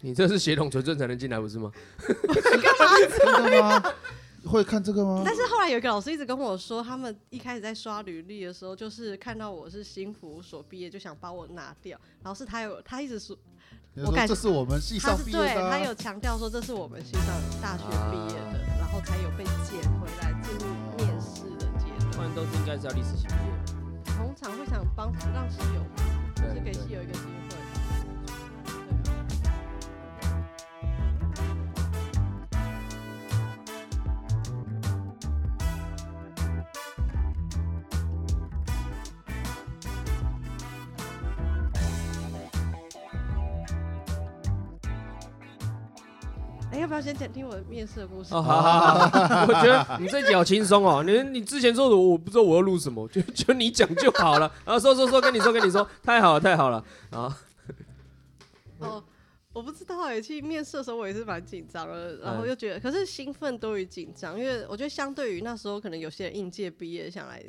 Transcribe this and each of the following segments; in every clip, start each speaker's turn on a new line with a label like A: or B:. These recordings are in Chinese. A: 你这是血统纯正才能进来不是吗？
B: 真的吗？会看这个吗？
C: 但是后来有一个老师一直跟我说，他们一开始在刷履历的时候，就是看到我是新服所毕业，就想把我拿掉。然后是他有，他一直说
B: 你
C: 我
B: 说
C: 感
B: 这是我们系
C: 他
B: 上
C: 是
B: 毕业
C: 对
B: 的啊、
C: 他有强调说这是我们系上大学毕业的，然后才有被捡回来进入面试的阶
D: 不
C: 段。
D: 然都是应该是要历史系毕业。
C: 通常会想帮让室友，就是给
D: 对
C: 室友一个机会吧。对啊哎，要不要先讲听我面试的故事？
A: 哦，好好好好， 我觉得你这集好轻松哦。你你之前说的，我不知道我要录什么，就就你讲就好了。然后说说说，跟你说跟你说，太好了太好了。啊，
C: 哦，我不知道哎、其实面试的时候我也是蛮紧张的，然
B: 嗯
C: 后又觉得，可是兴奋多于紧张，因为我觉得相对于那时候可能有些人应届毕业想来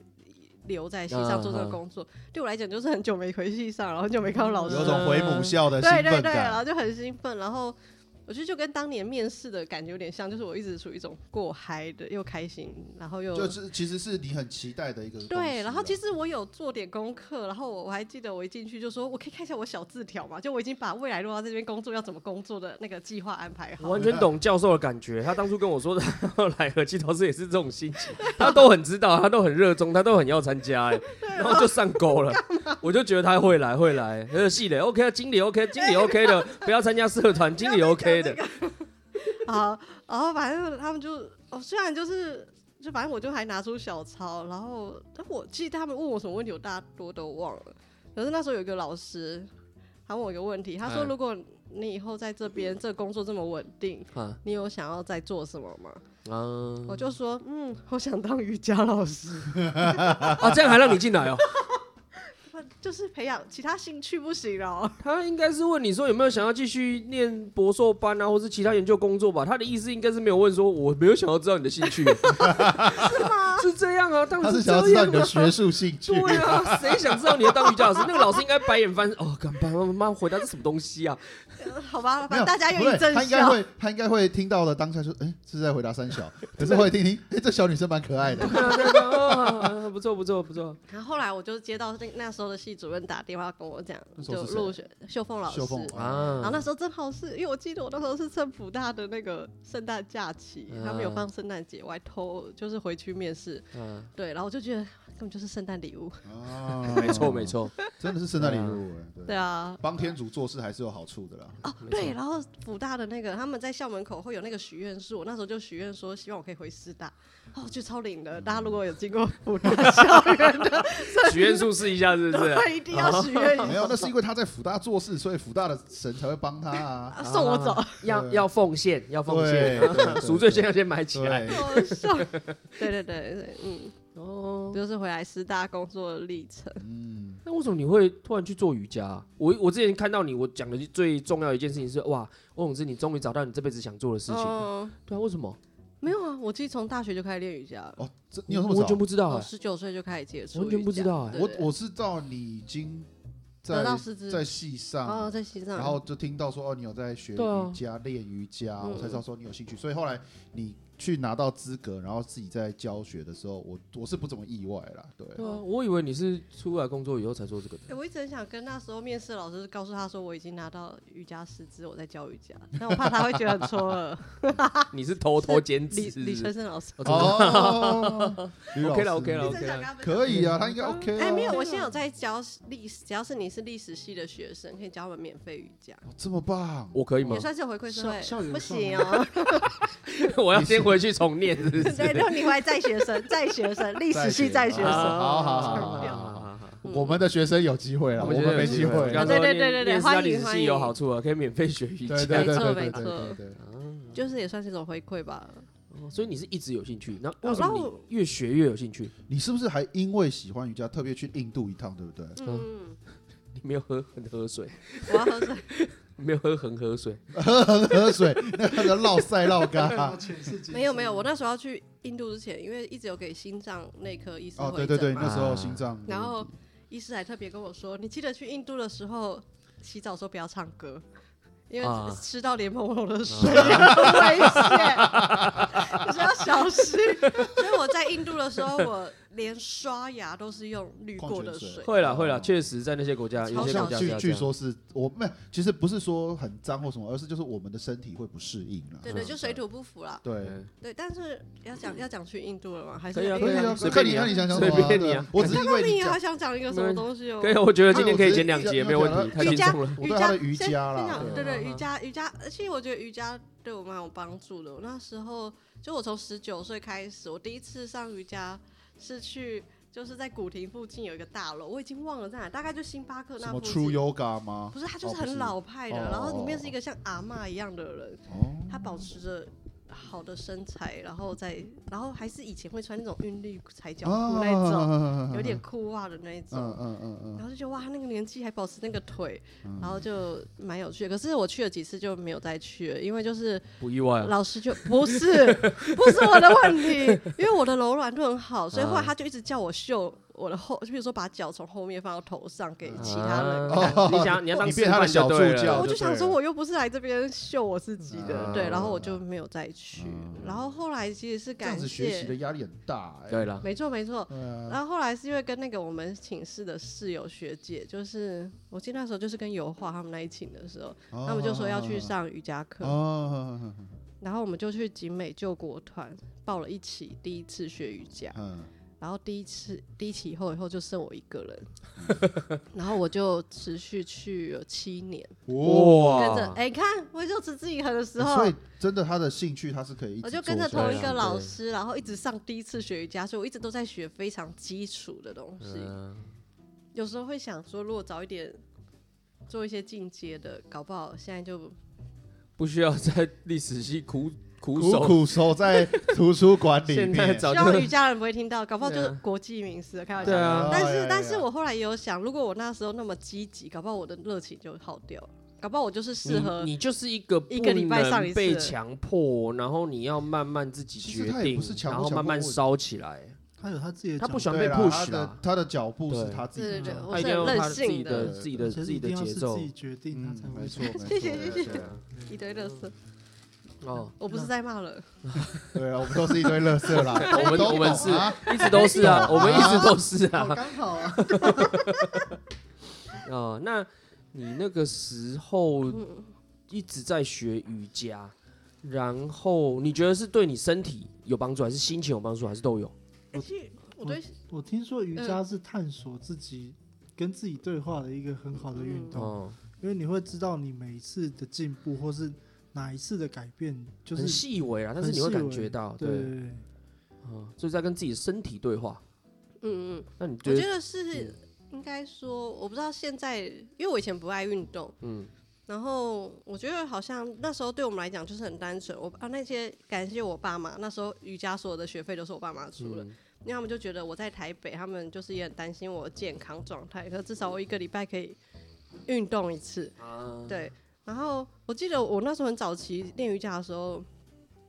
C: 留在系上做这
B: 嗯
C: 个工作，对我来讲就是很久没回系上，然后很久没看到老师
B: 有
C: 了，
B: 种回母校的兴
C: 对对
B: 奋
C: 对，然
B: 感。
C: 后就很兴奋，然后。我觉得就跟当年面试的感觉有点像，就是我一直处于一种过嗨的，又开心，然后又
B: 就是其实是你很期待的一个东西啊
C: 对，然后其实我有做点功课，然后我我还记得我一进去就说，我可以看一下我小字条嘛，就我已经把未来落到这边工作要怎么工作的那个计划安排
A: 我
C: 好。
A: 完全懂教授的感觉。他当初跟我说的，后来何其老师也是这种心情，他都很知道，他都很热衷，他都很要参加，哎，
C: 啊
A: 然后就上钩了。我就觉得他会来会来，那个系的 OK 啊，经理 OK，经理 OK 的，不要参加社团，经理 OK 的。
C: 好，然后反正他们就，哦，虽然就是就反正我就还拿出小抄，然后但我记得他们问我什么问题，我大多都忘了。可是那时候有一个老师，他问我一个问题，他说
A: 嗯
C: 如果你以后在这边这工作这么稳定，
B: 嗯
A: 啊
C: 你有想要再做什么吗？
A: 啊
C: 我就说，嗯，我想当瑜伽老师。
A: 啊！这样还让你进来哦？
C: 不就是培养其他兴趣不行哦。
A: 他应该是问你说有没有想要继续念博硕班啊，或是其他研究工作吧？他的意思应该是没有问说我没有想要知道你的兴趣，是吗？是这样啊，当
B: 他
A: 然
B: 是
A: 这
B: 想
A: 样、啊、
B: 要知道你的学术兴趣。
A: 对啊，谁想知道你要当瑜伽老师？那个老师应该白眼翻哦，干爸妈妈回答这什么东西啊？
C: 好吧，
B: 没
C: 反
B: 有
C: 正大家愿
B: 不对
C: 意正
B: 他应该
C: 效。
B: 会，他应该会听到了当下说，哎，这是在回答三小， 可是会听听，哎，这小女生蛮可爱的，
A: 对啊，对啊对啊，哦不错不错不错，
C: 然后后来我就接到那那时候的系主任打电话跟我讲
B: 那，时候
C: 就是
B: 谁啊
C: 入选秀凤老师
B: 秀。嗯凤
C: 然后
A: 啊
C: 那时候正好是因为我记得我那时候是政府大的那个圣诞假期，
A: 嗯
C: 他们有放圣诞节，我还偷就是回去面试，
A: 嗯，
C: 对，然后我就觉得根本就是圣诞礼物，
B: 啊，
A: 没错没，错，
B: 真的是圣诞礼物，哎
C: 对，啊，
B: 帮天主做事还是有好处的啦。
C: 哦
A: 没错
C: 对，然后辅大的那个他们在校门口会有那个许愿树，我那时候就许愿说希望我可以回师大，哦，就超灵的，大家如果有经过辅大 校园的
A: 许愿树试一下是不是？ 哦
C: 对，一定要许愿
B: 没有，那是因为他在辅大做事，所以辅大的神才会帮他啊。
C: 啊送我走，
A: 要要奉献，要奉献
B: 对对对，对
A: 赎罪先要先买起来。
B: 对，
C: 我送。 对对对对，嗯，
A: 哦，
C: 就是回来师大工作的历程。
B: 嗯，
A: 那为什么你会突然去做瑜伽啊、我我之前看到你，我讲的最重要的一件事情是，哇，翁永志，你终于找到你这辈子想做的事情。
C: 嗯，
A: 对啊，为什么？
C: 没有啊，我其实从大学就开始练瑜伽了，
B: 哦，这你有那么
A: 我完
B: 早
A: 全？不知道
C: 我
A: 哎、
C: 十九岁就开始接触瑜伽，
A: 完全不知道哎
C: 对
B: 我
C: 对
B: 我是到你已经
C: 得
B: 在
C: 到师资
B: 在系上
C: 哦，在西藏，
B: 然后就听到说哦，你有在学
A: 对啊
B: 瑜伽、练瑜伽，
C: 嗯
B: 我才知道说你有兴趣。所以后来你去拿到资格，然后自己在教学的时候，我我是不怎么意外啦。对，
A: 对啊，我以为你是出来工作以后才做这个的。
C: 哎我一直很想跟那时候面试老师告诉他说我已经拿到瑜伽师资，我在教瑜伽，但我怕他会觉得很错愕。
A: 你是偷偷兼
C: 啊
A: 职
C: 李
A: 是不
C: 李
A: 是
C: 春生老师，
A: 哦真的
B: 哦
A: OK 了 OK 了
C: 一
A: OK
C: 直很想跟他分享
B: 可以啊，他应该 OK 啊。
C: 哎，没有，我现在有在教历史，只要是你是历史系的学生，可以教我们免费瑜伽。
B: 哦这么棒，
A: 我可以吗
C: 也？算是有回馈社
B: 校校
C: 会，
B: 园
C: 不
B: 上
C: 行哦。
A: 我要先回去重念，是不是？
C: 对，让你回在学生，在学生，历史系 在学
B: 啊
C: 生。
B: 好好好好好
A: 好好。
C: 嗯
B: 我们的学生有机会了，我
A: 觉得
B: 们没
A: 有
B: 机
A: 我
B: 会。
A: 刚刚
C: 对
A: 说
C: 对对
A: 念
C: 对对
A: 念师大
C: 欢
A: 历
C: 迎
A: 史
C: 欢
A: 系有
C: 迎
A: 好处啊，可以免费学瑜伽。
B: 对对对
C: 没
B: 对
C: 错没
B: 对对
C: 错
B: 对对。
C: 就是也算是一种回馈吧。
A: 哦所以你是一直有兴趣，那为什
C: 然
A: 么
C: 后
A: 你越学越有兴趣？
B: 你是不是还因为喜欢瑜伽特别去印度一趟，对不对？
C: 嗯，
A: 你没有喝很喝水，
C: 我要喝水。
A: 没有喝恒河水。
B: 喝水，那个绕塞绕 嘎。
C: 没有没有，我那时候要去印度之前，因为一直有给心脏内科医师
B: 哦，
C: 回
B: 对
C: 诊
B: 对对，
C: 嘛
B: 那时
A: 啊
B: 候心脏。
C: 然后医师还特别跟我说，你记得去印度的时候洗澡的时候不要唱歌，因为
A: 啊
C: 吃到莲蓬头的水很危险，你是要小心。所以我在印度的时候，我连刷牙都是用滤过的
B: 矿泉水
A: 会啦会啦，确实在那些国家，有
C: 超
A: 些国
C: 小
A: 家
C: 心
A: 是
B: 据
A: 要这
B: 据
A: 样
B: 说是我没，其实不是说很脏或什么，而是就是我们的身体会不适应啦。
C: 对对，就水土不服啦。
B: 对，
A: 嗯
C: 对，但是要讲
B: 嗯
C: 要讲去印度了吗？还是
A: 可以啊
B: 可以啊，
A: 随
B: 看
A: 便你
B: 你
A: 啊
B: 看你想想什么啊，
A: 随便你啊
B: 对我只是因为
C: 那
B: 你
C: 你
B: 讲
C: 还想讲一个什么东西哦？
A: 可以，啊我觉得今天可以剪两节，
B: 哎我
A: 没有问题，
B: 我
A: 太轻松了。
B: 我
C: 瑜
B: 对他
C: 伽，
B: 的瑜
C: 先
B: 伽
C: 先
B: 啦啊
C: 讲，
A: 对
C: 对
A: 嗯
C: 对，瑜伽瑜伽，而且我觉得瑜伽对我蛮有帮助的。我那时候就我从十九岁开始，我第一次上瑜伽是去就是在古亭附近有一个大楼，我已经忘了在哪，大概就星巴克
B: 什
C: 那
B: 么
C: 附
B: True
C: 近。
B: Yoga 吗？
C: 不是，他就
B: 哦
C: 是
B: 不是
C: 很老派的，
B: 哦
C: 然后里面是一个像阿嬷一样的人，
B: 哦，
C: 他保持着好的身材，然后再然后还是以前会穿那种韵律踩啊脚
B: 哦
C: 裤那种，
B: 种
C: 有点裤袜的那一种。
B: 嗯嗯嗯嗯
C: 然后就觉得哇，他那个年纪还保持那个腿，
B: 嗯，
C: 然后就蛮有趣的。可是我去了几次就没有再去了，因为就是
A: 不意
B: 嗯
A: 外啊，
C: 老师就不是不是我的问题，因为我的柔软度很好，所以后
B: 嗯
C: 来他就一直叫我秀我的后，就比如说把脚从后面放到头上给其他人。
A: 啊
B: 哦
A: 你想你要当
B: 你变他的
A: 示范就
B: 小助
A: 对了
B: 教
C: 我就想说，
B: 哦对了
C: 我又不是来这边秀我自己的，
A: 啊
C: 对，然后我就没有再去
B: 嗯。
C: 然后后来其实是
B: 这样
C: 感
B: 子学习的
C: 谢，
B: 压力很大，哎
A: 对，了，
C: 没错没错，
B: 对啊
C: 然后后来是因为跟那个我们寝室的室友学姐，就是我记得那时候就是跟油画他们那一寝的时候，
B: 哦
C: 他们就说要去上瑜伽课，
B: 哦，
C: 然后我们就去景美救国团报了一期，第一次学瑜伽，
B: 嗯，
C: 然后第一次第一期以后以后就剩我一个人， 然后我就持续去了七年，
B: 哇，
A: 哇
C: 跟着哎、看我就持之以恒的时候
B: 哦所。以真的他的兴趣他是可以一直
C: 我
B: 做
C: 就
B: 下去，
C: 跟着同一
A: 对
C: 个
A: 啊
C: 老师，然后一直上第一次学瑜伽，所以我一直都在学非常基础的东西。
A: 嗯
C: 有时候会想说，如果早一点做一些进阶的，搞不好现在就
A: 不需要在历史系苦苦
B: 苦
A: 守，
B: 苦守在图书馆里面，
A: 现在早
C: 希
A: 就
C: 望瑜伽人不会 听到，搞不好就
A: 对
C: 是
A: 啊
C: 国际名师了，开玩
A: 对
C: 笑。
A: 啊
C: 但
B: 哎呀
C: 是
B: 呀，
C: 但是我后来也有想，如果我那时候那么积极，搞不好我的热情就耗掉了，搞不好我就是适合
A: 你，你就是一个
C: 一个礼拜上一次
A: 不能被强迫，然后你要慢慢自己决
B: 其实他也
A: 定
B: 不是，强
A: 然
B: 迫
A: 后慢慢烧起来。
E: 他有他自己的
A: 他
E: 讲，
A: 不喜欢
B: 对
A: 被
B: 啦
A: push
B: 他的
A: 啦，
B: 他的脚步是他自己
C: 对
B: 的，
C: 对，
E: 嗯
C: 我
A: 他一
C: 是
A: 定要
C: 很
A: 用他
C: 任
A: 自己
C: 性
A: 的
C: 的，
A: 自己的
E: 其
A: 自
E: 实一
A: 己的
E: 定要
A: 节
E: 是
A: 奏
E: 自己决定，他才
B: 嗯，
E: 会
B: 没错没错，
C: 谢谢谢谢
B: 对啊
C: 一堆乐色。
A: 哦，
C: 我不是在骂人，
B: 对啊，我们都是一堆垃圾啦，
A: 我们
B: 都懂
A: 我们是
B: 啊
A: 一直都是 啊，我们一直都是啊。
E: 好刚好 啊，
A: 哦，那你那个时候
C: 嗯
A: 一直在学瑜伽，然后你觉得是对你身体有帮助，还是心情有帮助，还是都有？
C: 而且我
A: 嗯
C: 对嗯
E: 我听说瑜伽是探索自己跟自己对话的一个很好的运动，
A: 哦，
E: 因为你会知道你每一次的进步，或是哪一次的改变，就
A: 很
E: 是
A: 细微啊，但是
E: 很
A: 你会
E: 细
A: 感
E: 微
A: 觉到，
E: 对
A: 对，哦，就是在跟自己的身体对话。
C: 嗯嗯，
A: 那你觉
C: 我觉
A: 得，
C: 得
A: 嗯
C: 是应该说，我不知道现在，因为我以前不爱运动，
A: 嗯，
C: 然后我觉得好像那时候对我们来讲就是很单纯，我啊那些感谢我爸妈，那时候瑜伽所有的学费都是我爸妈出的，
A: 嗯
C: 因为他们就觉得我在台北，他们就是也很担心我的健康状态，可至少我一个礼拜可以运动一次，
A: 啊，
C: 对。然后我记得我那时候很早期练瑜伽的时候，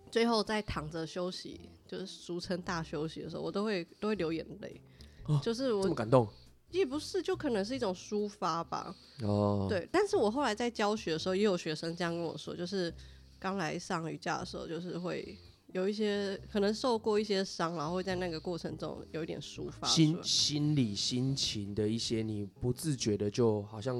C: 最后在躺着休息，就是俗称大休息的时候，我都会都会流眼泪，
A: 哦
C: 就是
A: 这么
C: 我
A: 感动
C: 也不是，就可能是一种抒发吧，
A: 哦，，
C: 对，但是我后来在教学的时候，也有学生这样跟我说，就是刚来上瑜伽的时候，就是会有一些可能受过一些伤，然后会在那个过程中有一点抒发出
A: 心
C: 来。
A: 心理心情的一些你不自觉的就好像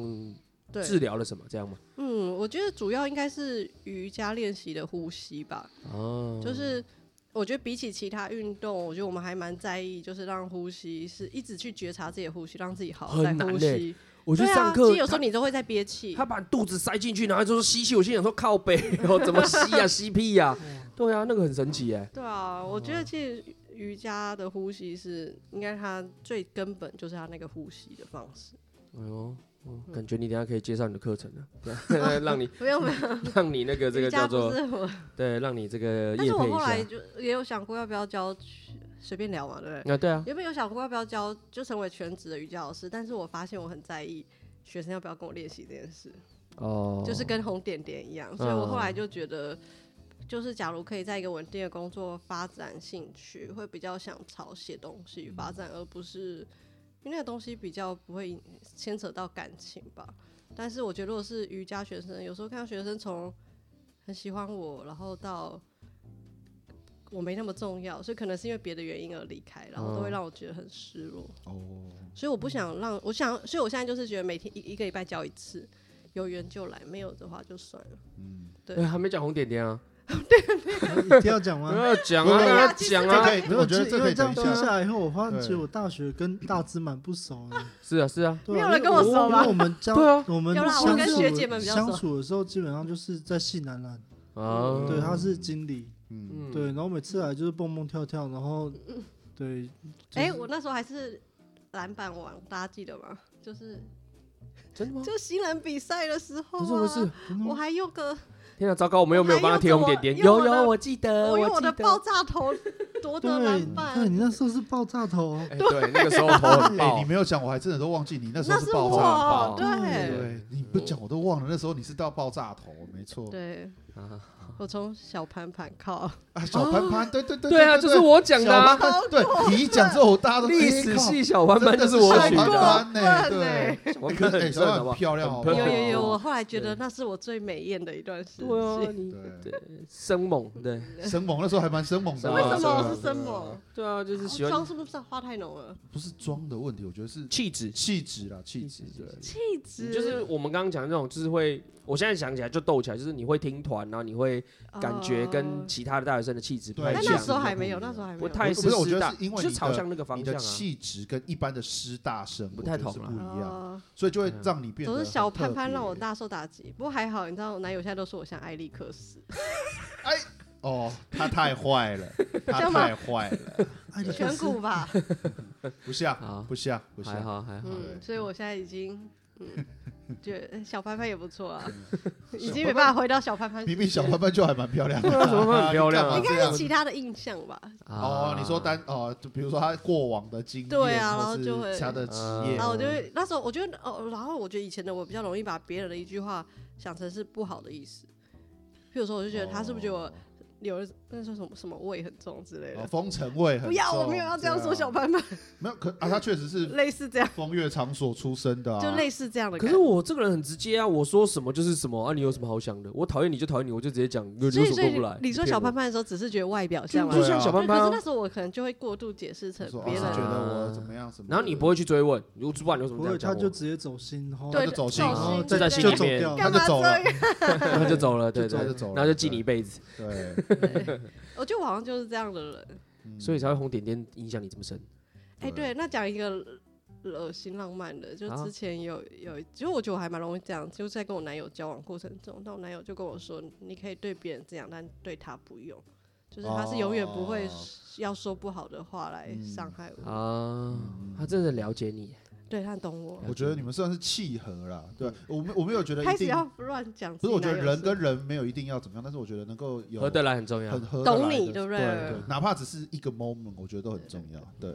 A: 治
C: 对，
A: 疗了什么这样吗？
C: 嗯，我觉得主要应该是瑜伽练习的呼吸吧，
A: 哦，
C: 就是。我觉得比起其他运动，我觉得我们还蛮在意，就是让呼吸是一直去觉察自己的呼吸，让自己好好
A: 很
C: 在
A: 难
C: 呼
A: 嘞
C: 吸。
A: 我去
C: 对
A: 上
C: 啊，
A: 课
C: 其实，有时
A: 他
C: 候你都会在憋气。
A: 他把肚子塞进去，然后就说吸气，我心想说靠 背，哦，怎么吸呀、吸屁呀、对啊，那个很神奇哎、
C: 对啊，我觉得其实瑜伽的呼吸是应该它最根本就是它那个呼吸的方式。
A: 哎呦，哦感觉你等一下可以介绍你的课程了，啊对 让你
C: 没有没有，
A: 让你那个 这
C: 瑜
A: 个叫
C: 伽不
A: 做
C: 是我，
A: 对，让你这个
C: 但
A: 业
C: 是我
A: 配一
C: 后来
A: 下。
C: 就也有想过要不要教，随便聊嘛，对 不对？
A: 啊，对啊，
C: 原本有想过要不要教，就成为全职的瑜伽老师，但是我发现我很在意学生要不要跟我练习这件事，
A: 哦，嗯
C: 就是跟红点点一样，所以我后来就觉得。就是假如可以在一个稳定的工作发展兴趣，会比较想朝写东
A: 嗯
C: 西发展，而不是因为那个东西比较不会牵扯到感情吧。但是我觉得如果是瑜伽学生，有时候看到学生从很喜欢我，然后到我没那么重要，所以可能是因为别的原因而离开，然后都会
A: 嗯
C: 让我觉得很失落。
B: 哦，
C: 所以我不想让，我想，所以我现在就是觉得每天一一个礼拜教一次，有缘就来，没有的话就算了。
B: 嗯，
A: 哎，还没讲红点点啊，
E: 一定要讲
A: 不
E: 吗？
A: 要讲
B: 我
A: 啊，
B: 们
A: 让他讲
B: 这
A: 啊，
B: 可以，
E: 没有，
B: 我觉得
E: 其
B: 这
E: 因
B: 可
E: 为
B: 以
E: 这
B: 等
E: 样
B: 一
E: 听
B: 下。
E: 下来以后，我发现
B: 对
E: 其实我大学跟大资蛮不熟的。
A: 是啊是啊，
E: 对
C: 没有
E: 啊
C: 人跟我
E: 我
C: 熟吗
E: 我们交
A: 对啊
E: 我们
C: 有啦我
E: 相
C: 跟
E: 处
C: 学姐们比较熟
E: 相处的时候，基本上就是在系南南，
A: 啊，
E: 对，他是经理，
B: 嗯，
E: 对，然后每次来就是蹦蹦跳跳，然 后对，就
C: 哎、
E: 是
C: 我那时候还是篮板王，大家记得吗？就是
A: 真的吗？
C: 就新人比赛的时候、啊，
A: 不是不是，
E: 真的
C: 我
E: 吗
C: 还用个
A: 天啊，糟糕，我们有没有帮他贴红点点？
C: 我还用
A: 有
C: 着我
A: 有，呃我记得，
C: 我用我
A: 记
C: 的
A: 得
C: 爆炸头夺得
E: 对
C: 篮，
E: 对
C: 板，
E: 你那时候是爆炸头啊，
A: 哎对，那个时候头很
B: 哎，
A: 爆
B: 你，没有讲，我还真的都忘记你那时
C: 那
B: 候
C: 是
B: 爆炸。嗯
A: 爆
C: 我，
A: 炸
C: 对
B: 对，你不讲我都忘了，那时候你是到爆炸头，没错。
C: 对
A: 啊，
C: 我从小盘盘 靠，
B: 啊，小潘潘，对对 对
A: 对啊，就是我讲的
B: 小
A: 啊，
B: 潘潘，对你一讲之后，大家都
A: 历史系小班班就是我
B: 小
A: 取
B: 潘
A: 的啊，
B: 潘
C: 小潘
B: 呢，
C: 潘
B: 对，
A: 小班班
B: 哎可是
A: 很
B: 哎，
A: 正
B: 小
A: 好不
B: 潘
A: 好？
B: 漂亮，好不
A: 很
B: 好？
C: 有
A: perfect
C: 有有，我
A: 哦
C: 后来觉得
A: 对
C: 那是我最美艳的一段时
A: 对 啊，
C: 期。
A: 你
B: 对，
A: 生猛，对
B: 生猛那时候还蛮生猛的啊。
C: 为什
A: 生
C: 么
A: 猛
C: 我是生
B: 对啊
C: 猛？
A: 对啊，就是喜欢
C: 妆是不是化太浓了？
B: 不是装的问题，我觉得是
A: 气质，
B: 气质啦，气质
A: 气质
B: 对，
C: 气质
A: 就是我们刚刚讲的那种，就是会，我现在想起来就斗起来，就是你会听团，然后你会感觉跟
C: 哦
A: 其他的大学生的气质不
B: 对
A: 太
C: 但
A: 一
C: 那
A: 样，
C: 时候还没有，
B: 不一
C: 那
B: 样
C: 时候还没有。
A: 不太
B: 不是我觉
A: 师
B: 得
A: 大，
B: 是因为
A: 就
B: 你
A: 朝
B: 的
A: 向那个
B: 你
A: 方
B: 的
A: 向啊。
B: 气质跟一般的师大生
A: 不太
B: 我觉得
A: 同啊
B: 是
A: 啦
B: 不一样，
C: 哦
B: 所以就会
A: 对啊
B: 让你变得
C: 总
B: 很
C: 之，小潘潘
B: 特别
C: 让我大受打击。不过还好，你知道我男友现在都说我像艾利克斯，
B: 哦，他太坏 了，他
C: 像吗
B: 太坏了，
E: 哎，你
C: 颧 骨吧？
B: 不像
A: 好
B: 不像不
A: 还
B: 像，
A: 好还好，
C: 嗯，所以我现在已经嗯，觉得哎小潘潘也不错啊， 已
B: 小
C: 经
B: 潘
C: 没办法回到小潘潘。
B: 明明小潘潘就还蛮漂亮的，
A: 对啊小潘潘很漂亮啊啊
B: 你干嘛
C: 应该
B: 这
C: 是
B: 样
C: 其他的印象吧，
B: 哦，
C: 啊
B: 你说单哦，就比如说他过往的经验，
C: 对啊
B: 或
C: 然后
B: 是
C: 就会啊
B: 他的职业，
C: 然后我就会那时候我觉得哦，然后我觉得以前的我比较容易把别人的一句话想成是不好的意思，譬如说我就觉得他是不是觉得我有那说什么什么味很重之类
B: 哦
C: 的，
B: 风尘味很重，
C: 不要，我没有要这样
B: 对啊
C: 说小潘 潘，
B: 没有可啊，他确实是
C: 类似这样，
B: 风月场所出身的啊，
C: 就类似这样的
A: 可
C: 感
A: 是
C: 觉。
A: 我这个人很直接啊，我说什么就是什么啊，你有什么好想的？我讨厌你就讨厌你，我就直接讲，你为
C: 所
A: 什
C: 以，所
A: 么
C: 以
A: 不来？
C: 你说小潘潘的时候，只是觉得外表像
A: 就
C: 吗？
A: 就
C: 对
A: 像小潘潘
C: 可
A: 啊
C: 是那，时候我可能就会过度解释成
B: 说
C: 别
B: 啊
A: 啊
B: 觉
C: 人，
B: 得我怎么样什么的，
A: 然后你不会去追问，我主管有什
E: 不
A: 么这样
E: 会，
A: 讲
E: 他就
A: 我，
E: 直接走心，然后
B: 他
C: 对
B: 就走心，
C: 走
E: 然后
C: 心
E: 再
A: 就在
E: 就
A: 心里
E: 走
A: 面
E: 掉，
B: 他
C: 干
B: 就
C: 嘛
B: 走了
C: 这样？
A: 然 后就走了， 对对，
E: 就走
B: 他
E: 了
B: 就
A: 对
B: 走了，
A: 然后就记你一辈子，
B: 对，
C: 对我觉得我好像就是这样的人。
B: 嗯
A: 所以才会红点点影响你这么深。
C: 哎、对，那讲一个恶心浪漫的，就
A: 好
C: 之前有有一，其实我觉得我还蛮容易这样，就是在跟我男友交往过程中，那我男友就跟我说，你可以对别人这样，但对他不用，就是他是永远不会
B: 哦
C: 要说不好的话来
B: 嗯
C: 伤害我，
A: 啊，他真的了解你，
C: 对他懂我，
B: 我觉得你们算是契合啦，对我没我没有觉得
C: 嗯开
B: 一
C: 始
B: 定，
C: 要乱讲
B: 不
C: 自
B: 是
C: 己
B: 我觉
C: 男
B: 得
C: 友是，
B: 人跟人没有一定要怎么样，但是我觉得能够有
A: 合得来很啊重要
B: 很。合得来
C: 懂
B: 的
C: 你，对不对？
B: 对，哪怕只是一个 moment，我觉得都很重要。对，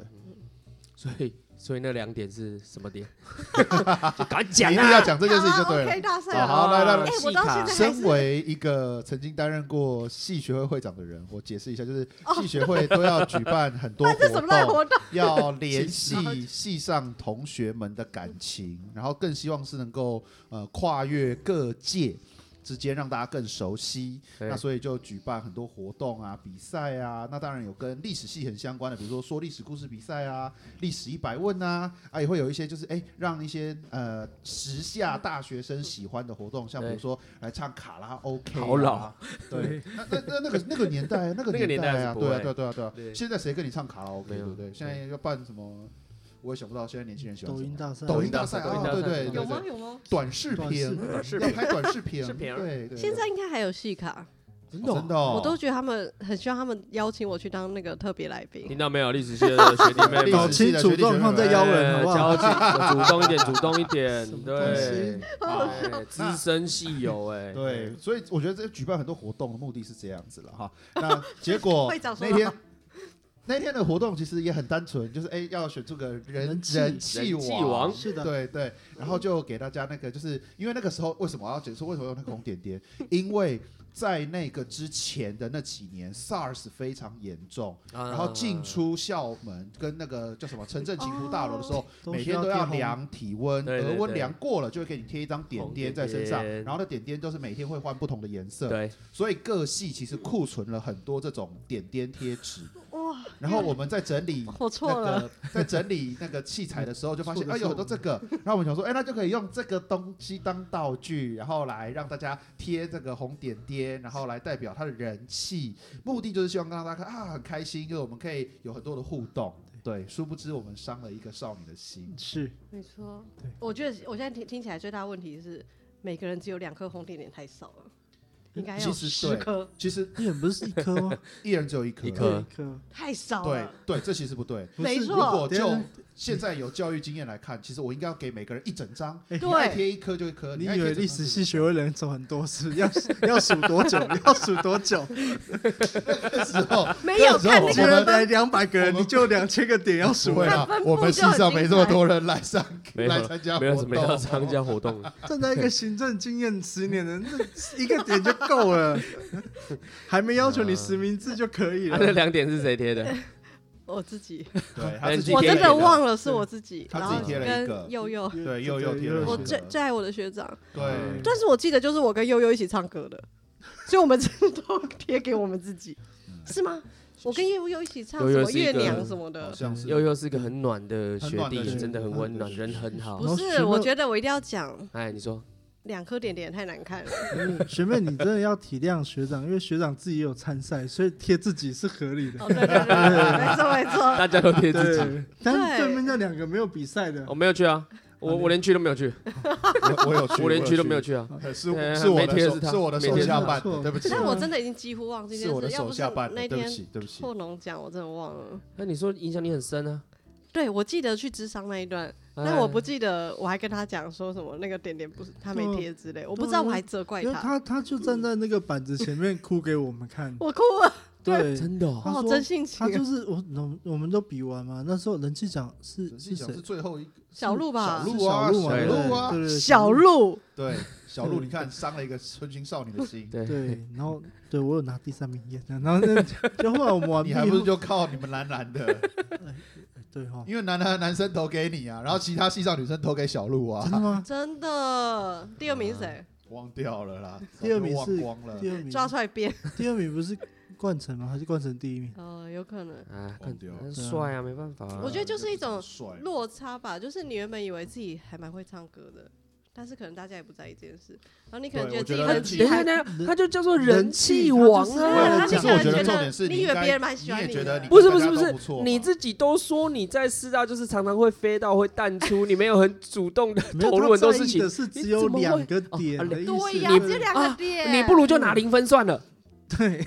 A: 所以，所以那两点是什么点？ 就敢讲
B: 一定
A: 啊
B: 要！讲这件事情就对
C: 好，OK，
B: 了。
C: 大赛
B: 好
C: 了。
B: 好来来来
C: 哎
A: 戏
C: 我到
A: 卡
C: 现在
B: 身为一个曾经担任过系学会会长的人，我解释一下，就是系学会都要举办很 多
C: 哦这什么烂
B: 活 动，
C: 活动？
B: 要联系系上同学们的感情，然后更希望是能够呃跨越各界之间，让大家更熟悉。
A: 对
B: 那所以就举办很多活动啊、比赛啊，那当然有跟历史系很相关的，比如说说历史故事比赛啊、历史一百问啊，啊也会有一些就是哎、让一些呃时下大学生喜欢的活动，像比如
A: 对
B: 说来唱卡拉 OK，、啊、
A: 好老，
B: 对，那那那那个那个年代，那个
A: 那个年代
B: 代
A: 是
B: 啊，
A: 不
B: 对啊
A: 会
B: 对啊对啊对啊，
A: 对
B: 现在谁跟你唱卡拉 OK
A: 没
B: 对
A: 有
B: 不对？现在要办什么，我也想不到现在年轻人喜欢
E: 抖
B: 什
E: 音
B: 么。
E: 大赛，
B: 抖音大
A: 赛
B: 赛
A: 抖音
B: 啊，
A: 大
B: 对
A: 赛
B: 对对
C: 有吗
B: 对，？
C: 有吗？
B: 短视
E: 短
B: 频
E: 视，
A: 短视
B: 要
A: 频
B: 拍短视频，
A: 视频
B: 对对，
C: 现
B: 对
C: 在应该还有戏卡，
A: 真
B: 哦真的哦，
C: 我 都觉得他们很希望他们邀请我去当那个特别来宾。
A: 听到没有，历史系的学弟 妹
E: 搞
A: 们
B: 历史，系
E: 清
B: 的
E: 楚
B: 学弟学妹
E: 状况再邀人
B: 呃
E: 好不好？
A: 交主主动一点，主动一点
E: 什，么东
A: 对
E: 西，
A: 哎资深系友 哎，
B: 对，所以我觉得这举办很多活动的目的是这样子了哈。那结果
C: 会长说
B: 那天那天的活动其实也很单纯，就是哎要选出个人
E: 人气
B: 人气
A: 人气王
E: 是的，
B: 对对，然后就给大家那个，就是因为那个时候为什么我要解说为什么有那个红点点？因为在那个之前的那几年，SARS 非常严重，
A: 啊
B: 然后进出校门跟那个叫什么城镇勤福大楼的时
A: 哦
B: 候，
E: 都
B: 每
E: 需
B: 天都
E: 贴
B: 要
E: 红
B: 量体温，
A: 对对
B: 额温
A: 对
B: 量过了就会给你贴一张点
A: 红
B: 点
A: 点
B: 在身上，
A: 点
B: 然后那点点都是每天会换不同的颜色，
A: 对，
B: 所以各系其实库存了很多这种点点贴纸。
C: 哇，
B: 然后我们在整理
C: 我错
B: 那
C: 了
B: 个， 在整理那个器材的时候，就发现
E: 错
B: 啊
E: 了
B: 有很多这个，然后我们想说，哎，那就可以用这个东西当道具，然后来让大家贴这个红点点，然后来代表他的人气，目的就是希望让大家看啊很开心，因为我们可以有很多的互动。对，殊不知我们伤了一个少女的心。
E: 是
C: 没错
E: 对。
C: 我觉得我现在听听起来最大的问题是，每个人只有两颗红点点太少了，应
B: 嗯
C: 该要
B: 其
C: 有
B: 实
C: 十
B: 对
C: 颗，
B: 其实
E: 一人不是一颗 吗？
B: 一人只有一颗，
A: 一颗
E: 对，一颗。
C: 太少
B: 对
C: 了。
B: 对，这其实不对。
E: 不是
C: 没错
B: 如果
E: 等一
B: 就
E: 下
B: 现在有教育经验来看，其实我应该要给每个人一整张，
E: 哎
B: 你爱
C: 对
B: 贴一颗就一颗。
E: 你
B: 爱
E: 以
B: 贴
E: 为
B: 整张
E: 历
B: 就
E: 史
B: 一
E: 系
B: 颗
E: 学会的人走很多次，要要数多久？ 要数 多久？
B: 那时候
C: 没有
B: 那时候我哎
C: 看那
E: 居
C: 个
B: 们
E: 然来两百个
B: 我
E: 人，
B: 们
E: 你就两千个点要
B: 不
E: 数
B: 会
E: 了。
B: 啦
C: 分，布
B: 我们系
C: 就很
B: 上没这么
C: 精彩
B: 多人来上
A: 没有
B: 来参加
A: 没
B: 活
A: 有
B: 动，
A: 没有参加活动，
E: 站在一个行政经验十年的人，这一个点就够了，还没要求你实名制就可以
A: 他那
E: 了。
A: 两点是谁贴的？
C: 我自己，
B: 对，他自己
A: 我
C: 我
A: 贴
C: 真
A: 一个
C: 的
B: 啊
C: 忘了是我自己，
B: 他
C: 然
B: 自己
C: 后
B: 贴了一个
C: 跟悠悠，
B: 对又又贴了一
C: 我
B: 个
C: 最最爱我的学长，
B: 对
C: 但是我记得就是我跟悠悠一起唱歌的，所以我们真的都贴给我们自己，是吗？我跟悠悠一起唱
A: 悠
C: 什
A: 悠
C: 么
A: 是一
C: 月
A: 个
C: 娘什么
B: 好
C: 的，
B: 像是
A: 悠悠是个很暖的学
B: 很暖的
A: 弟，
B: 学弟
A: 真的很温暖，
B: 嗯
A: 人很好。
E: 然
C: 不
E: 后学
C: 是？
E: 妹
C: 我觉得我一定要讲
A: 哎，你说
C: 两颗点点也太难看了，
E: 学妹，你真的要体谅学长，因为学长自己也有参赛，所以贴自己是合理的。
C: 哦对对对对对，没错没 错，
A: 大家都贴自己，
E: 对，但是对面那两个没有比赛的
A: 我，没有去啊，我我连去都没有去，
B: 我我有去，
A: 我连去
B: 去
A: 都没有，去啊。
B: 是
A: 对
B: 是我
A: 没
B: 的
A: 贴
B: 手
A: 是他
B: 是我的
A: 没
B: 手
A: 贴
B: 下
E: 是
B: 绊
E: 他
B: 的，对不起，
C: 但我真的已经几乎忘这件
B: 是我的
C: 事，要
B: 手
C: 不是
B: 下绊
C: 那
B: 的，对不
C: 天
B: 起，对不起。
C: 拓农讲，我真的忘了。
A: 那你说影响你很深啊？
C: 对，我记得去智商那一段，但
A: 哎
C: 我不记得我还跟他讲说什么那个点点不是他没贴之类，我不知道我还责怪
E: 因为
C: 他，
E: 他他就站在那个板子前面哭给我 们看。
C: 我哭了，
E: 对，
A: 真的哦，
E: 他
C: 哦，
E: 说
C: 真性情
E: 他就
C: 啊，
E: 是我，我我们都比完嘛。那时候人气奖是
B: 人
E: 是
B: 气奖
E: 谁
B: 是？最后一个，
C: 小鹿吧，
E: 是
B: 鹿啊
E: 小鹿嘛
A: 小
E: 对
B: 鹿啊
E: 对对对
C: 小鹿，
B: 对小鹿，你看伤了一个春心少女的心，
A: 对，
E: 对，然后对我有拿第三名耶，然后那就后来我们玩
C: 啊
B: 你
E: 毕
B: 还不是
E: 后，
B: 就靠你们男男的，
E: 对哈，
B: 因为男男男生投给你啊，然后其他系上女生投给小鹿啊
E: 真，的吗？
C: 真的，第二名是谁？
B: 忘掉了啦，
E: 第二名
B: 早就是忘光了
E: 第，二名
C: 抓出来编，
E: 第二名不是冠城吗？还是冠城第一名？
C: 哦，有可能。
A: 啊，
B: 忘
A: 看
B: 掉了
A: 很帅啊，没办法
B: 嗯
A: 啊。
C: 我觉得就是一种
B: 帅
C: 落差吧，就是你原本以为自己还蛮会唱歌的，但是可能大家也不在意这件事，然后你可能
B: 对
C: 觉得自己
B: 我觉得
C: 很
B: 人气
A: 等一下，
C: 还
A: 等一下，他就叫做
E: 人
A: 人
E: 气
A: 气王
E: 他就是
B: 我
A: 啊
B: 也
C: 对，
B: 是其实我
C: 你可能
B: 觉得
C: 觉
B: 重点是你
C: 你以
B: 应
C: 为
B: 该
C: 别人蛮喜欢
B: 你也觉得
C: 的
B: 你
A: 不是不是
B: 大
A: 不
B: 家都
A: 是
B: 不错，嘛啊
A: 你自己都说你在师大就是常常会飞到会淡出，你没有很主动的
E: 没有
A: 投入很多事情
E: 他在意的，是只有两个点的意思，
C: 对呀，
E: 你
C: 只有两个点，
A: 你不如就拿零分算了，
E: 对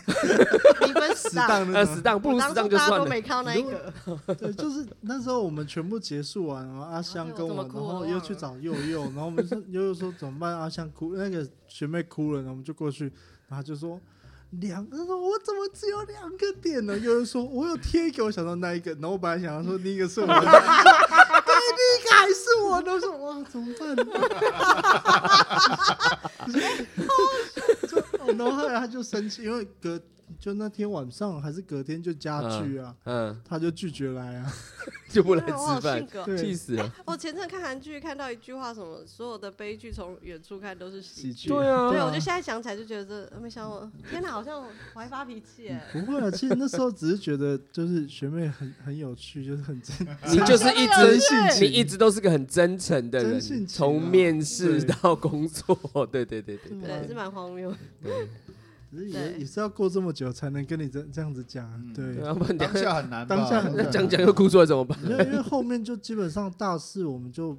C: 你分
E: 死
C: 死档，
E: 当
A: 呃，
E: 的
A: 死当不如死当
C: 当初
A: 就
C: 大家
A: 算
C: 都
A: 了。
C: 没看到那一个，
E: 对，就是那时候我们全部结束完了嘛，阿香跟我，
C: 啊对我这么
E: 然
C: 酷我
E: 后
C: 忘
E: 又
C: 了
E: 去找佑 佑，然后我们说佑佑说怎么办？阿香哭，那个学妹哭了，然后我们就过去，然后她就说两，她说我怎么只有两个点呢？佑佑说我有贴给我想到那一个，然后我本来想要说另一个是我的， 对，另一个还是我的，我说哇怎么办？ 就哦然后后来他就生气，因为隔就那天晚上还是隔天就加剧啊。
A: 嗯，
E: 他就拒绝来啊，
A: 就不来
C: 我好
A: 吃饭，
C: 性格。
E: 对
A: 气死了。
C: 我前阵看韩剧看到一句话，什么所有的悲剧从远处看都是喜
E: 喜
C: 剧。
E: 剧。
A: 对啊
C: 对，我就现在想起来就觉得，呃没想到我，天哪，好像我还发脾气哎。
E: 不会啊，其实那时候只是觉得就是学妹很很有趣，就是很真，
A: 你就是一
E: 真
A: 直，
E: 性
A: 你
E: 情，
A: 啊一直都是个很真诚的
E: 真性
A: 人，
E: 情啊
A: 从面试到工作，对对对嗯对
C: 对，是蛮荒谬。
A: 对。
E: 只是也
C: 对
E: 也是要过这么久才能跟你这这样子讲啊
B: 嗯，
E: 对，
A: 对啊，不然等
B: 当
A: 下
B: 下很难吧，
E: 当下很 难
A: 讲讲又哭出来怎么办？
E: 因为因为后面就基本上大四我们就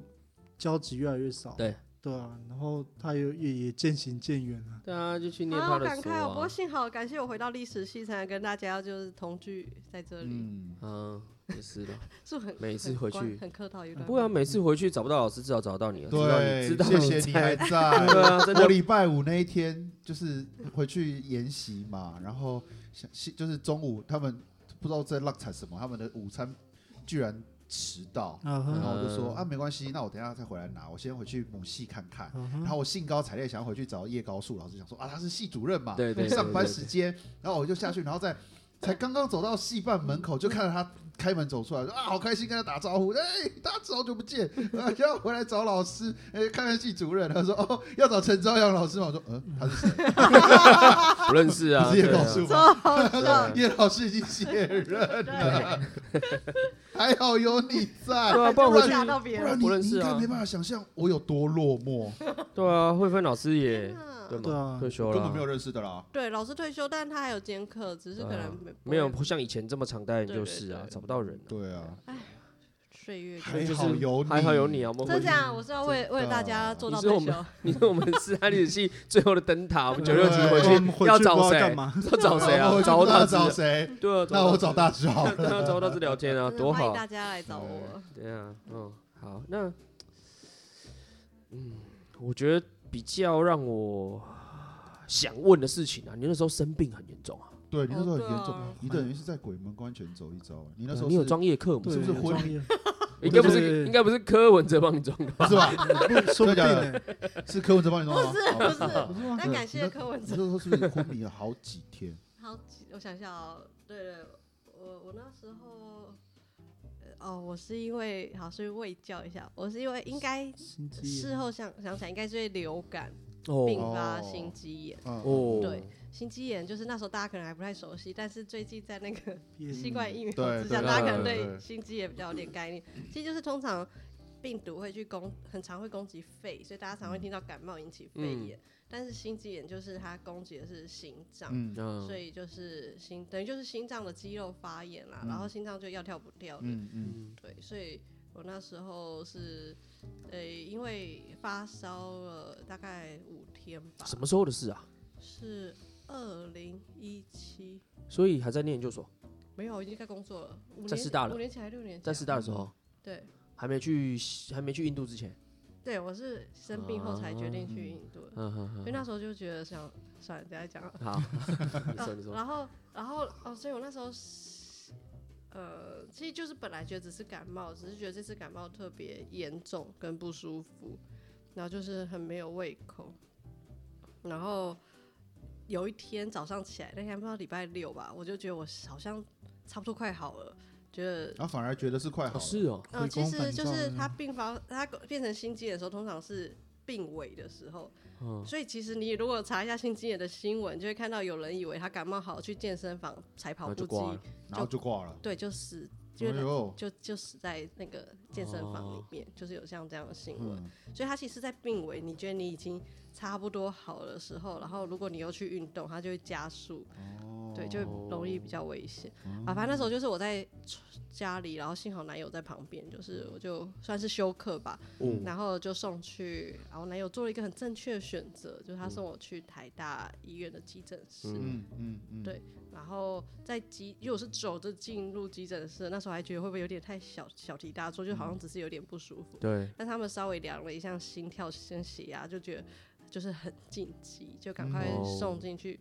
E: 交集越来越少，
A: 对
E: 对啊，然后他也也也渐行渐远了，
A: 对啊，就去念
C: 好
A: 他的
C: 感
A: 书
C: 慨哦！不过
A: 啊。
C: 幸好感谢我回到历史系，才能跟大家就是同居在这里，
B: 嗯，
A: 嗯，也是的。
C: 是不是很
A: 每次
C: 很
A: 回
C: 关
A: 去
C: 很客套一段
A: 不然每次回去找不到老师，至少找到你了，
B: 对，
A: 知道你知道
B: 谢谢
A: 你
B: 你
A: 在
B: 还。在。
A: 对啊，真
B: 我
A: 的。
B: 礼拜五那一天就是回去研习嘛，然后想就是中午他们不知道在浪产什么，他们的午餐居然迟到，
E: 嗯
B: 然
E: 哼
B: 后我就说啊没关系，那我等一下再回来拿，我先回去母系看看。
E: 嗯
B: 然
E: 哼
B: 后我兴高采烈想要回去找叶高树老师，想说啊他是系主任嘛，
A: 对 对对
B: 上班
A: 对对
B: 时间，然后我就下去，然后再才刚刚走到戏办门口，就看到他开门走出来，说啊好开心，跟他打招呼，哎、大家好久不见，啊要回来找老师，哎、看看系主任，他说哦要找陈朝阳老师嘛，我说嗯他是谁？
A: 不认识啊，
B: 不是叶
A: 对啊
B: 高树吗？
C: 超好
A: 对
C: 笑。
A: 啊
B: 叶老师已经卸任了， 还好有你在，
A: 对啊，不然
C: 我
A: 回去
C: 打到别
B: 不
C: 人
B: 然你
A: 不认
B: 你
A: 识
B: 应
A: 啊
B: 该没办法想象我有多落寞，
A: 对啊，慧芬老师也对
E: 对
A: 吗？
E: 啊
A: 退休
B: 根本
A: 了
B: 没，有认识的啦。
C: 对，老师退休，但他还有兼课，只是可
A: 对啊
C: 能没
A: 没有像以前这么常待人
C: 对
A: 就
C: 对
A: 是啊，
C: 对
A: 找不到人啊。
B: 对啊，
C: 岁月
B: 还
A: 就是
B: 好有你，
A: 还好有你 啊，我们
C: 真
A: 回
C: 这
A: 去啊
C: 样，我是要为为大家做到
A: 你是
C: 退
A: 我
C: 休
A: 们。 你是我们是安利系最后的灯塔，我们九六级
B: 对
A: 回去
E: 回
A: 要
E: 去
A: 找
E: 不知道
A: 谁
E: 干嘛？
A: 要找谁啊
B: 我？
A: 找我
B: 他
A: 大
B: 找
A: 师，
B: 谁？
A: 对啊，
B: 那我找大师好
A: 那
B: 了。
A: 那找我大师聊天啊，
C: 真的
A: 多
C: 欢
A: 好
C: 迎，大家来 找我。
A: 对啊，嗯，好，那嗯，我觉得比较让我想问的事情啊，你那时候生病很严重啊，
B: 对你那时候很严
C: 哦对啊
B: 重，你等于是在鬼门关前走一遭。你那
A: 对
B: 时
A: 啊
B: 候
A: 你有
B: 是
A: 装夜课吗？
E: 对
B: 是不是
E: 有
B: 婚
E: 专业
A: 应该不
E: 对对
A: 是，
E: 对
A: 应该不是柯文哲帮你装的吧？
B: 是吧？
E: 说
B: 真的
E: 不定
B: 假的
E: 欸
B: 是柯文哲帮你弄
C: 不
B: 吗？
C: 是
B: 好
C: 不是，
B: 不是吗？
C: 但感谢
B: 你
C: 柯文
B: 那
C: 哲
B: 你。那时候是不是昏迷了好几天？
C: 好几，我想一下哦，对对，我我那时候，呃哦，我是因为好是为教一下，我是因为应该
E: 心机
C: 事
E: 眼
C: 后想想起来，应该是因为流感并
A: 哦
C: 发
B: 哦
C: 心肌炎。
B: 哦，
A: 哦，
C: 对心肌炎就是那时候大家可能还不太熟悉，但是最近在那个
E: 别
C: 新冠疫苗
B: 嗯对
C: 之下，
A: 对
C: 大家可能
B: 对
C: 对
B: 对
C: 心肌也比较有点概念。其实就是通常病毒会去攻，很常会攻击肺，所以大家常会听到感冒引起肺
A: 嗯
C: 炎。但是心肌炎就是它攻击的是心脏，
B: 嗯
A: 嗯
C: 所以就是心等于就是心脏的肌肉发炎啦，
B: 嗯
C: 然后心脏就要跳不掉的。
B: 嗯嗯，
A: 嗯
C: 对，所以我那时候是，呃，因为发烧了大概五天吧，
A: 什么时候的事啊？
C: 是二零一七。
A: 所以还在念研究所，
C: 没有，我已经在工作了，五
A: 在
C: 年
A: 师大了
C: 五年前还是六年前啊，
A: 在师大的时候。
C: 对
A: 还没去，还没去印度之前，
C: 对，我是生病后才决定去印度的，
A: 嗯哼
C: 因为那时候就觉得想算了，等一下讲啊。
A: 好，哎你说你说，
C: 哦然后然后哦，所以我那时候是呃，其实就是本来觉得只是感冒，只是觉得这次感冒特别严重跟不舒服，然后就是很没有胃口，然后。有一天早上起来，那天不知道礼拜六吧，我就觉得我好像差不多快好了，觉得
B: 然后反而觉得是快好
A: 哦
B: 了，
A: 是哦，
C: 嗯，
E: 回
C: 其
E: 光
C: 实
E: 返
C: 就
E: 照
C: 是
E: 那
C: 它病发，它变成心肌炎的时候，通常是病危的时候。
A: 嗯
C: 所以其实你如果查一下心肌炎的新闻，就会看到有人以为他感冒好去健身房踩跑
A: 然后就
C: 步机，
A: 挂了，
B: 然后就挂了。
C: 对，就死，
B: 哎
C: 就、
B: 呦，
C: 就就死在那个健身房里
A: 哦
C: 面，就是有像这样的新闻。
B: 嗯，
C: 所以它其实，在病危，你觉得你已经差不多好的时候，然后如果你又去运动，它就会加速，
B: 哦嗯
C: 对，就会容易比较危险。啊，反正那时候就是我在家里，然后幸好男友在旁边，就是我就算是休克吧，
B: 哦
A: 嗯
C: 然后就送去，然后男友做了一个很正确的选择，就是他送我去台大医院的急诊室，
B: 嗯嗯嗯，
C: 对然后在急，因为我是走着进入急诊室，那时候还觉得会不会有点太小小题大做，就好像
B: 嗯
C: 只是有点不舒服，
A: 对，
C: 但他们稍微量了一下心跳跟血压，就觉得就是很紧急，就赶快
A: 嗯哦
C: 送进去。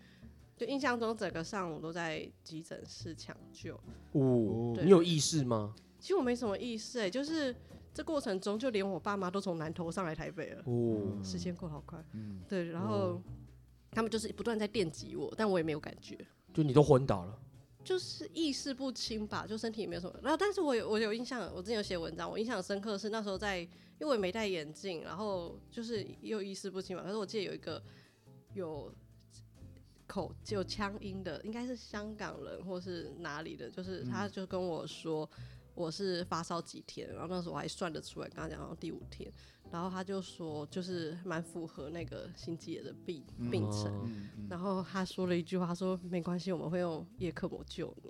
C: 就印象中整个上午都在急诊室抢救，
E: 嗯
A: 哦，
C: 对
A: 你有意识吗？
C: 其实我没什么意识哎、就是这过程中就连我爸妈都从南投上来台北了，
A: 哦，
C: 时间过得好快，
B: 嗯
C: 对，然后他们就是不断在电击我，但我也没有感觉。
A: 就你都昏倒了，
C: 就是意识不清吧，就身体也没有什么。然后，但是我有我有印象，我之前有写文章，我印象很深刻的是那时候在，因为我也没戴眼镜，然后就是又意识不清嘛。可是我记得有一个有口有腔音的，应该是香港人或是哪里的，就是他就跟我说我是发烧几天，然后那时候我还算得出来，刚刚讲到第五天，然后他就说就是蛮符合那个心肌炎的病病程。
A: 哦
B: 嗯嗯，
C: 然后他说了一句话，他说没关系，我们会用叶克膜救你。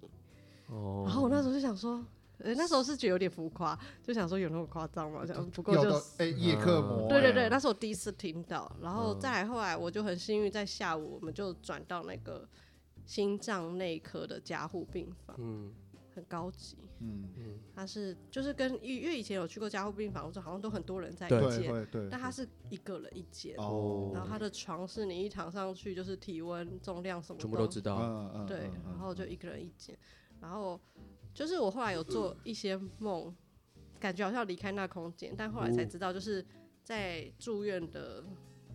C: 然
A: 哦，
C: 后我那时候就想说，呃，那时候是觉得有点浮夸，就想说有那么夸张吗？想不过
B: 要
C: 就
B: 到
C: 是
B: 哎叶克膜，
C: 对对对，
B: 哎
C: 那是我第一次听到。然后再
A: 嗯
C: 来后来，我就很幸运，在下午我们就转到那个心脏内科的加护病房，
A: 嗯，
C: 很高级。
B: 嗯，
C: 它是就是跟因为以前有去过加护病房，我说好像都很多人在
A: 对
C: 一
B: 哎嗯 对
C: 间，
B: 对对，
C: 但它是一个人一间。
B: 哦，
C: 然后它的床是你一躺上去就是体温、重量什么
A: 全部都知道，哦
B: 嗯嗯，
C: 对
B: 嗯，
C: 然后就一个人一间，然后就是我后来有做一些梦，感觉好像离开那空间，但后来
B: 哦
C: 才知道，就是在住院的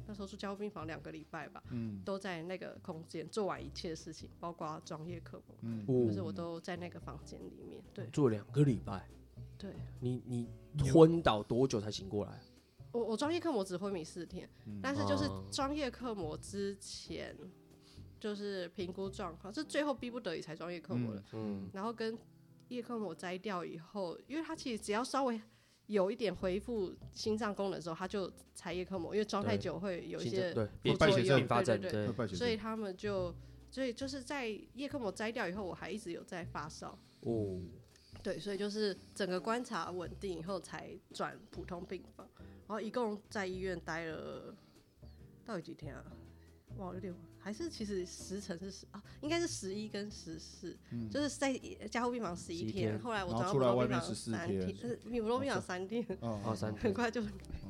C: 那时候住加护病房两个礼拜吧，
B: 嗯
C: 都在那个空间做完一切事情，包括专业科目，
B: 嗯，
A: 哦
C: 就是我都在那个房间里面。对
A: 做两个礼拜，
C: 对，
A: 你你昏倒多久才醒过来？
C: 我我专业课模只昏迷四天，
B: 嗯
C: 但是就是
A: 哦
C: 专业课模之前就是评估状况，是最后逼不得已才专业课模的。
A: 嗯，
C: 然后跟叶克膜摘掉以后，因为它其实只要稍微有一点恢复心脏功能的时候，它就拆叶克膜，因为装太
A: 对
C: 久会有一
A: 心脏，
C: 些
A: 对
C: 副
A: 并
C: 作
B: 败血症
C: 用，
A: 并发
C: 对
A: 症
C: 对
A: 对
B: 会，败
C: 对，
B: 血
C: 所以
B: 症，
C: 他们就。所以就是在叶克膜摘掉以后，我还一直有在发烧，
A: 哦，
C: 对，所以就是整个观察稳定以后才转普通病房，然后一共在医院待了到底几天啊？哇，有点忘还是其实时辰是十啊，应该是十一跟十四，
B: 嗯
C: 就是在加护病房十一
A: 11天
C: 后来我
B: 然
C: 转
B: 后出
C: 到普
B: 来
C: 通
B: 外
C: 病
B: 面
C: 房
B: 14
C: 三
B: 天
C: 天，呃普通病
B: 哦
C: 房三天，
A: 二
B: 哦
A: 三
C: 很
A: 天，
C: 快就
B: 哦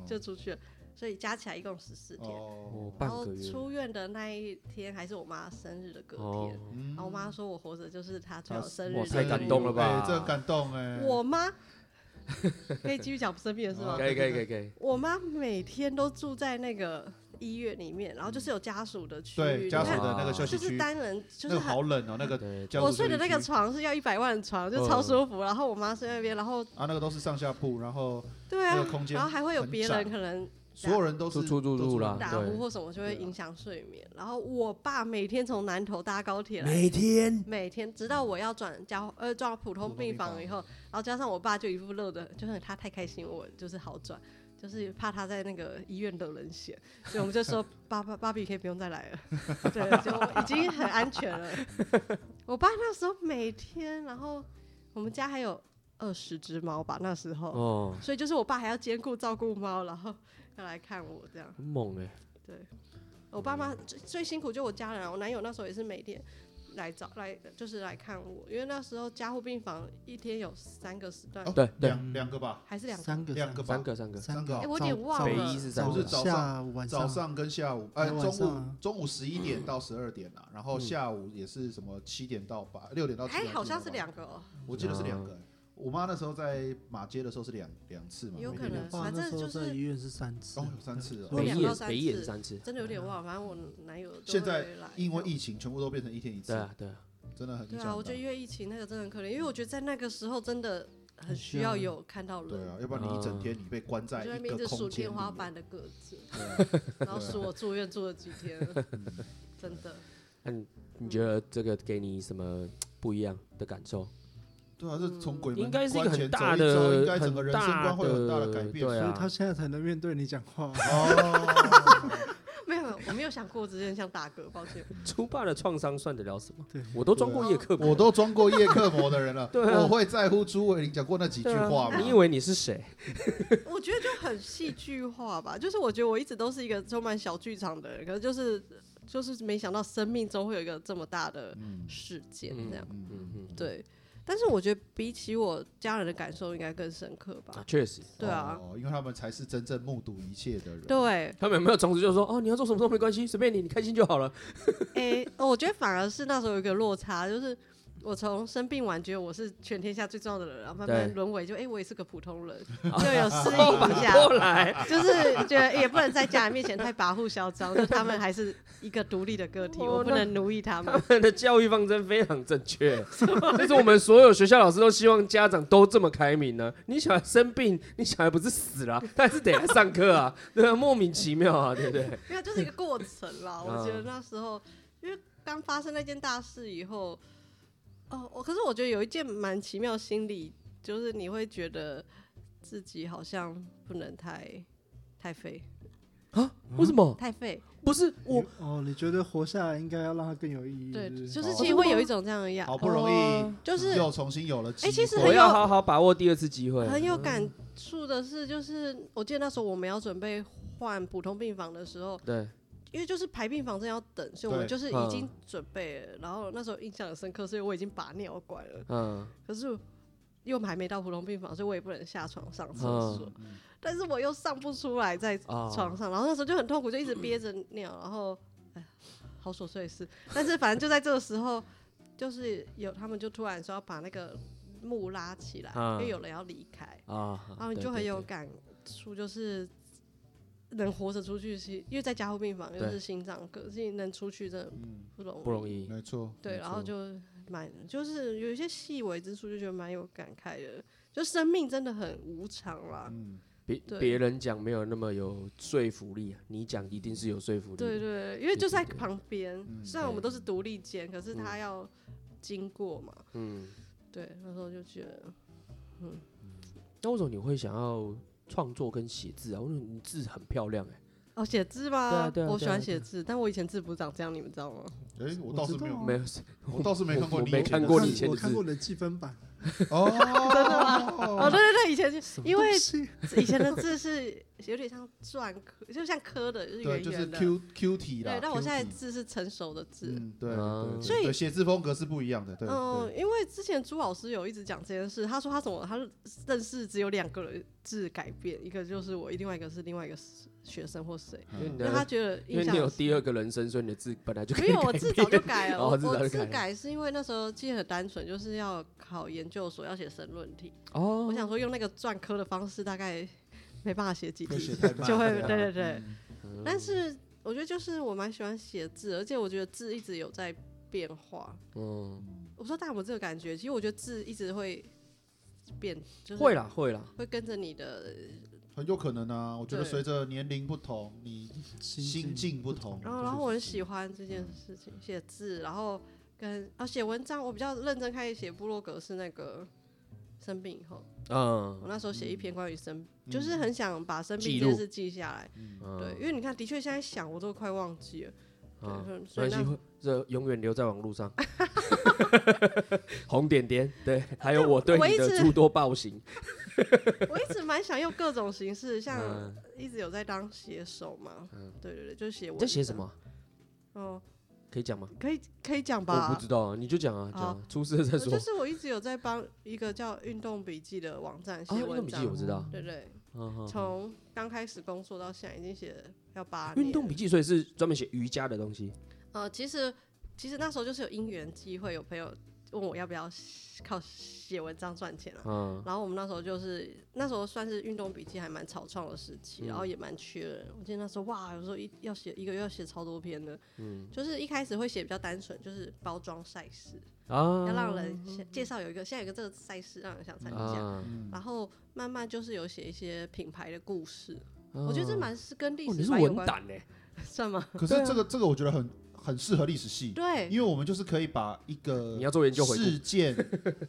C: 就出去了，所以加起来一共十四天。
B: 哦，
A: 哦，
C: 然
A: 半
C: 后
A: 个月，
C: 出院的那一天还是我妈生日的隔
A: 哦
C: 天，，
B: 嗯
C: 然后我妈说我活着就是她最
B: 她
C: 好生日
A: 哇
C: 的
A: 哦太
C: 礼
A: 感
C: 物
A: 动了吧
B: 哎这很感动哎，
C: 我妈 可以继续讲不生病的事吗
B: 啊？
A: 可以可以可以可以，
C: 我妈每天都住在那个医院里面，然后就是有家属的区域，
B: 对家属
C: 你看
B: 的那个休息
C: 就是
B: 区，
C: 单人，就
B: 那个
C: 是很。
B: 好冷哦，那个
A: 对，
B: 家属
C: 我睡的
B: 休
C: 那
B: 息
C: 个
B: 区
C: 床是要一百万的床，就
A: 嗯
C: 超舒服。然后我妈睡那边，然后
B: 啊，那个都是上下铺，然后
C: 对啊
B: 那个空，间
C: 然后还会有
B: 很
C: 别
B: 窄
C: 人可能
B: 所有人都
A: 出
B: 是
A: 出入
B: 都
A: 入啦
C: 打呼或什么就会影响睡眠。然后我爸每天从南头搭高铁来，
A: 每天
C: 每天直到我要转交呃转普通病房以后，然后加上我爸就一副乐的，就是他太开心，我就是好转，就是怕他在那个医院惹人嫌，所以我们就说爸爸芭比可以不用再 来了，对，就已经很安全了。我爸那时候每天，然后我们家还有二十只猫吧，那时候，
A: 哦，
C: 所以就是我爸还要兼顾照顾猫，然后要来看我这样。
A: 很猛哎，
C: 我爸妈最最辛苦就我家人啊，我男友那时候也是每天来找来，就是来看我，因为那时候加护病房一天有三个时段，
B: 哦
A: 对对，
B: 两两个吧，
C: 还是两个，
E: 三个
B: 两个吧
A: 三个三个，
E: 三
B: 三个
E: 个，
C: 哎我有点
E: 早
C: 忘了
A: 北一是三
E: 早
A: 个
B: 不是早上
E: 下晚
B: 早上跟下午，哎，
E: 还有晚
B: 中
E: 上
B: 午
E: 啊
B: 中午十一点到十二点啊，
A: 嗯
B: 然后下午也是什么七点到八，六点到七点
C: 哎，
B: 到
C: 好
B: 九
C: 像
B: 点
C: 是
B: 吧
C: 两个哦，
B: 我记得是两个欸、
A: 嗯
B: 我妈那时候在马街的时候是两两次嘛，
C: 有
B: 每
C: 可
B: 天两
C: 能
E: 我
B: 次
E: 爸
C: 反
E: 那
C: 正
E: 时候
C: 就是
E: 在医院是三次
B: 哦，有三次哦。
C: 对
A: 北
C: 两
A: 一
C: 到
A: 也
C: 三
A: 北一也是
C: 次
A: 三次，
C: 真的有点忘，反正我男友都
B: 现
C: 会
B: 在
C: 来
B: 因为
C: 看
B: 疫情全部都变成一天一次
A: 对，啊对啊，
B: 真的很
C: 对
B: 影
C: 啊，
B: 响
C: 我觉
B: 到
C: 得。因为疫情那个真的很可怜，因为我觉得在那个时候真的很
E: 很
C: 需
E: 需
C: 要
E: 要
C: 有看到人，
B: 对啊，要不然你一整
A: 嗯
B: 天你被关
C: 我
B: 在
C: 就在那
B: 一
C: 边一
B: 个
C: 直数
B: 空间
C: 天
B: 里
C: 花
B: 面，
C: 板的格子，
B: 对啊
C: 然后数我住院住了几天， 真的。
A: 那你你觉得这个给你什么不一样的感受？
B: 对啊，这从鬼门
A: 应该是一个
B: 关前
A: 很大
B: 走一周
A: 的
B: 应该整个
A: 很
B: 人生
A: 大
B: 观会有很大的
A: 的
B: 改变。
A: 对
E: 所
A: 啊
E: 以他现在才能面对你讲话。
B: 哦，
C: 没有，没有我没有想过这件像大哥，抱歉。
A: 初爸的创伤算得了什么？
E: 对
A: 我都装过夜客，
B: 啊我都装过夜克膜的人 了，
A: 对啊
B: 我会在乎朱伟林讲过那几句
A: 对啊
B: 话吗？
A: 你以为你是谁？
C: 我觉得就很戏剧化吧， 就是我觉得我一直都是一个充满小剧场的人，可是就是就是没想到生命中会有一个这么大的
B: 嗯
C: 事件
A: 嗯
C: 这样。
B: 嗯
A: 嗯
B: 嗯，
A: 嗯，
C: 对，但是我觉得比起我家人的感受应该更深刻
A: 啊
C: 吧。，
A: 确实，
C: 对啊，
B: 哦，因为他们才是真正目睹一切的人。
C: 对，
A: 他们有没有从此就说哦，你要做什么都没关系，随便你，你开心就好了。
C: 诶、我觉得反而是那时候有一个落差，就是我从生病完觉得我是全天下最重要的人，然后慢慢
A: 对
C: 沦为就诶、我也是个普 通人，
A: 啊
C: 就有适应一下。
A: 后来，
C: 就是觉得也不能在家人面前太跋扈嚣张，就他们还是一个独立的个体，
A: 哦
C: 我不
A: 那
C: 能奴役他
A: 他
C: 们。
A: 们的教育方针非常正确， 就是我们所有学校老师都希望家长都这么开明呢。你小孩生病，你小孩不是死了，他还是得来上课啊， 对啊，莫名其妙啊，对不对？
C: 没有，就是一个过程 啦。我觉得那时候，因为刚发生那件大事以后，哦，我可是我觉得有一件蛮奇妙的心理，就是你会觉得自己好像不能太太废，
A: 啊，为什么？
C: 太废。
A: 不是我
E: 哦，你觉得活下来应该要让它更有意义？
C: 对，
E: 是不是
C: 就是其实会有一种这样的压，
B: 好不容
A: 哦
B: 易
C: 啊就是
B: 又重新有了机会。
C: 哎其实
A: 我要好好把握第二次机会。
C: 很有感触的是，就是我记得那时候我们要准备换普通病房的时候，
A: 对，
C: 因为就是排病房真的要等，所以我们
B: 对
C: 就是
A: 嗯
C: 已经准备了。然后那时候印象很深刻，所以我已经拔尿管了，
A: 嗯，
C: 可是又还没到普通病房，所以我也不能下床上厕所
A: 嗯，
C: 但是我又上不出来在
A: 啊
C: 床上，然后那时候就很痛苦，就一直憋着尿，然后哎呀，好 琐碎的事。但是反正就在这个时候，就是有他们就突然说要把那个。幕拉起来，
A: 嗯
C: 因为有人要离开，
A: 啊，
C: 然后你
A: 对
C: 就很
A: 对
C: 有
A: 对
C: 感触，就是能活着出去是，因为在加护病房又
A: 对
C: 是心脏科，自己能出去真的
B: 嗯，
C: 不容易。
A: 不容易。
B: 没错。
C: 对，
B: 没
C: 然后
B: 错
C: 就蛮就是有一些细微之处，就觉得蛮有感慨的。就生命真的很无常啦，
B: 嗯，
A: 别
C: 对
A: 别人讲没有那么有说服力啊，你讲一定是有说服力。
C: 对，对，因为就在旁边，
B: 嗯
C: 虽然我们
A: 对
C: 都是独立间，可是他要经过嘛。
A: 嗯，
C: 对，那时候就觉得
A: 那为什么你会想要创作跟写字啊？为什么你字很漂亮哎、
C: 哦，写字吗？
A: 对啊对啊
C: 我
A: 对
C: 喜欢
A: 啊对
C: 写字，但我以前字不是长这样，你们知道吗？
B: 哎，我倒是没有，
A: 没有，
B: 我倒是没看
A: 啊
B: 过
A: 我
B: 你以
A: 没
B: 前
A: 看
B: 的字，
A: 过你以前
E: 我
A: 的
E: 看
A: 字
E: 过你的积分版，
B: 哦，真的
C: 哦，对对对，以前
E: 什
C: 就
E: 么
C: 因为
E: 东西
C: 以前的字是有点像篆刻，就像刻的，就是
B: 对，
C: 圆
B: 就是
C: 圆的。
B: Q Q 体啦。
C: 对，但我
B: Q
C: 现在
B: 体
C: 字是成熟的字。
B: 嗯，对，
A: 啊
B: 对对
C: 所以
B: 对写字风格是不一样的，对，
C: 嗯
B: 对，
C: 因为之前朱老师有一直讲这件事，他说他怎么他认识只有两个人字改变，一个就是我，另外一个是另外一个学生或谁，
B: 嗯
A: 因为你
C: 因为他
A: 的，
C: 觉得
A: 因
C: 印
A: 为
C: 象
A: 你有第二个人生，所以你的字本来就可
C: 没
A: 以
C: 有，我
A: 改
C: 字
A: 变
C: 早就改了。
A: 哦
C: 我
A: 字早
C: 我
A: 就
C: 字
A: 改了
C: 改是因为那时候记得很单纯，就是要考研究所，要写申论题。
A: 哦
C: 我，想说用那个篆刻的方式，大概没办法写几
B: 会写
C: 题，
B: 太慢，
C: 就会
B: 啊
C: 对对对。
B: 嗯
C: 但是我觉得就是我蛮喜欢写字，而且我觉得字一直有在变化。
A: 嗯，
C: 我不知道大家有没有这个感觉？其实我觉得字一直会变，
B: 嗯
C: 就是
A: 会啦会啦，
C: 会跟着你的。
B: 很有可能啊。我觉得
C: 对
B: 随着年龄不同，你心境不同，
C: 然后，
A: 哦
C: 然后我很喜欢这
B: 嗯
C: 件事情，写字，然后跟啊写文章，我比较认真开始写部落格是那个生病以后，我
A: 嗯，
C: 那时候写一篇关于生，就是很想把生病
A: 记
C: 这件
A: 录
C: 事记下来。
A: 嗯
C: 对，因为你看，的确现在想我都快忘记了。
A: 啊，
C: 对
A: 没
C: 所以
A: 关系
C: 那
A: 会，这永远留在网络上。 红点点，对，还有我对
C: 我
A: 你
C: 一
A: 的
C: 直
A: 诸多暴行，
C: 我一直蛮想用各种形式，像
A: 嗯
C: 一直有在当写手嘛。对对对，就是写
A: 你
C: 文。
A: 在写什么？啊？
C: 哦，
A: 可以讲吗？
C: 可以可以讲吧。哦
A: 我不知道啊，你就讲啊，
C: 好
A: 讲啊出事了再
C: 我
A: 说
C: 就。是我一直有在帮一个叫《运动笔记》的网站
A: 啊，
C: 写
A: 运动
C: 文
A: 笔
C: 章，
A: 记我知道，
C: 对对，
A: 嗯嗯
C: 从刚开始工作到现在已经写了要八年。
A: 运动笔记，所以是专门写瑜伽的东西。
C: 呃，其实其实那时候就是有因缘机会，有朋友问我要不要靠写文章赚钱啊。
A: 嗯，
C: 然后我们那时候就是那时候算是运动笔记还蛮草创的时期，
A: 嗯
C: 然后也蛮缺人。我记得那时候哇，有时候一要写一个月要写超多篇的，
A: 嗯
C: 就是一开始会写比较单纯，就是包装赛事，
A: 啊，
C: 要让人先介绍有一个现在有一个这个赛事让人想参加。
A: 啊，
B: 嗯
C: 然后慢慢就是有写一些品牌的故事，
A: 我
C: 我觉得这蛮是跟历
A: 啊哦，你
C: 史
A: 是
C: 蛮有
A: 文
C: 关，
A: 胆呢？
C: 算吗？
B: 可
A: 对
B: 是
A: 啊
B: 这个这个我觉得很很适合历史系，
C: 对，
B: 因为我们就是可以把一个
A: 你要做研究回顾
B: 事件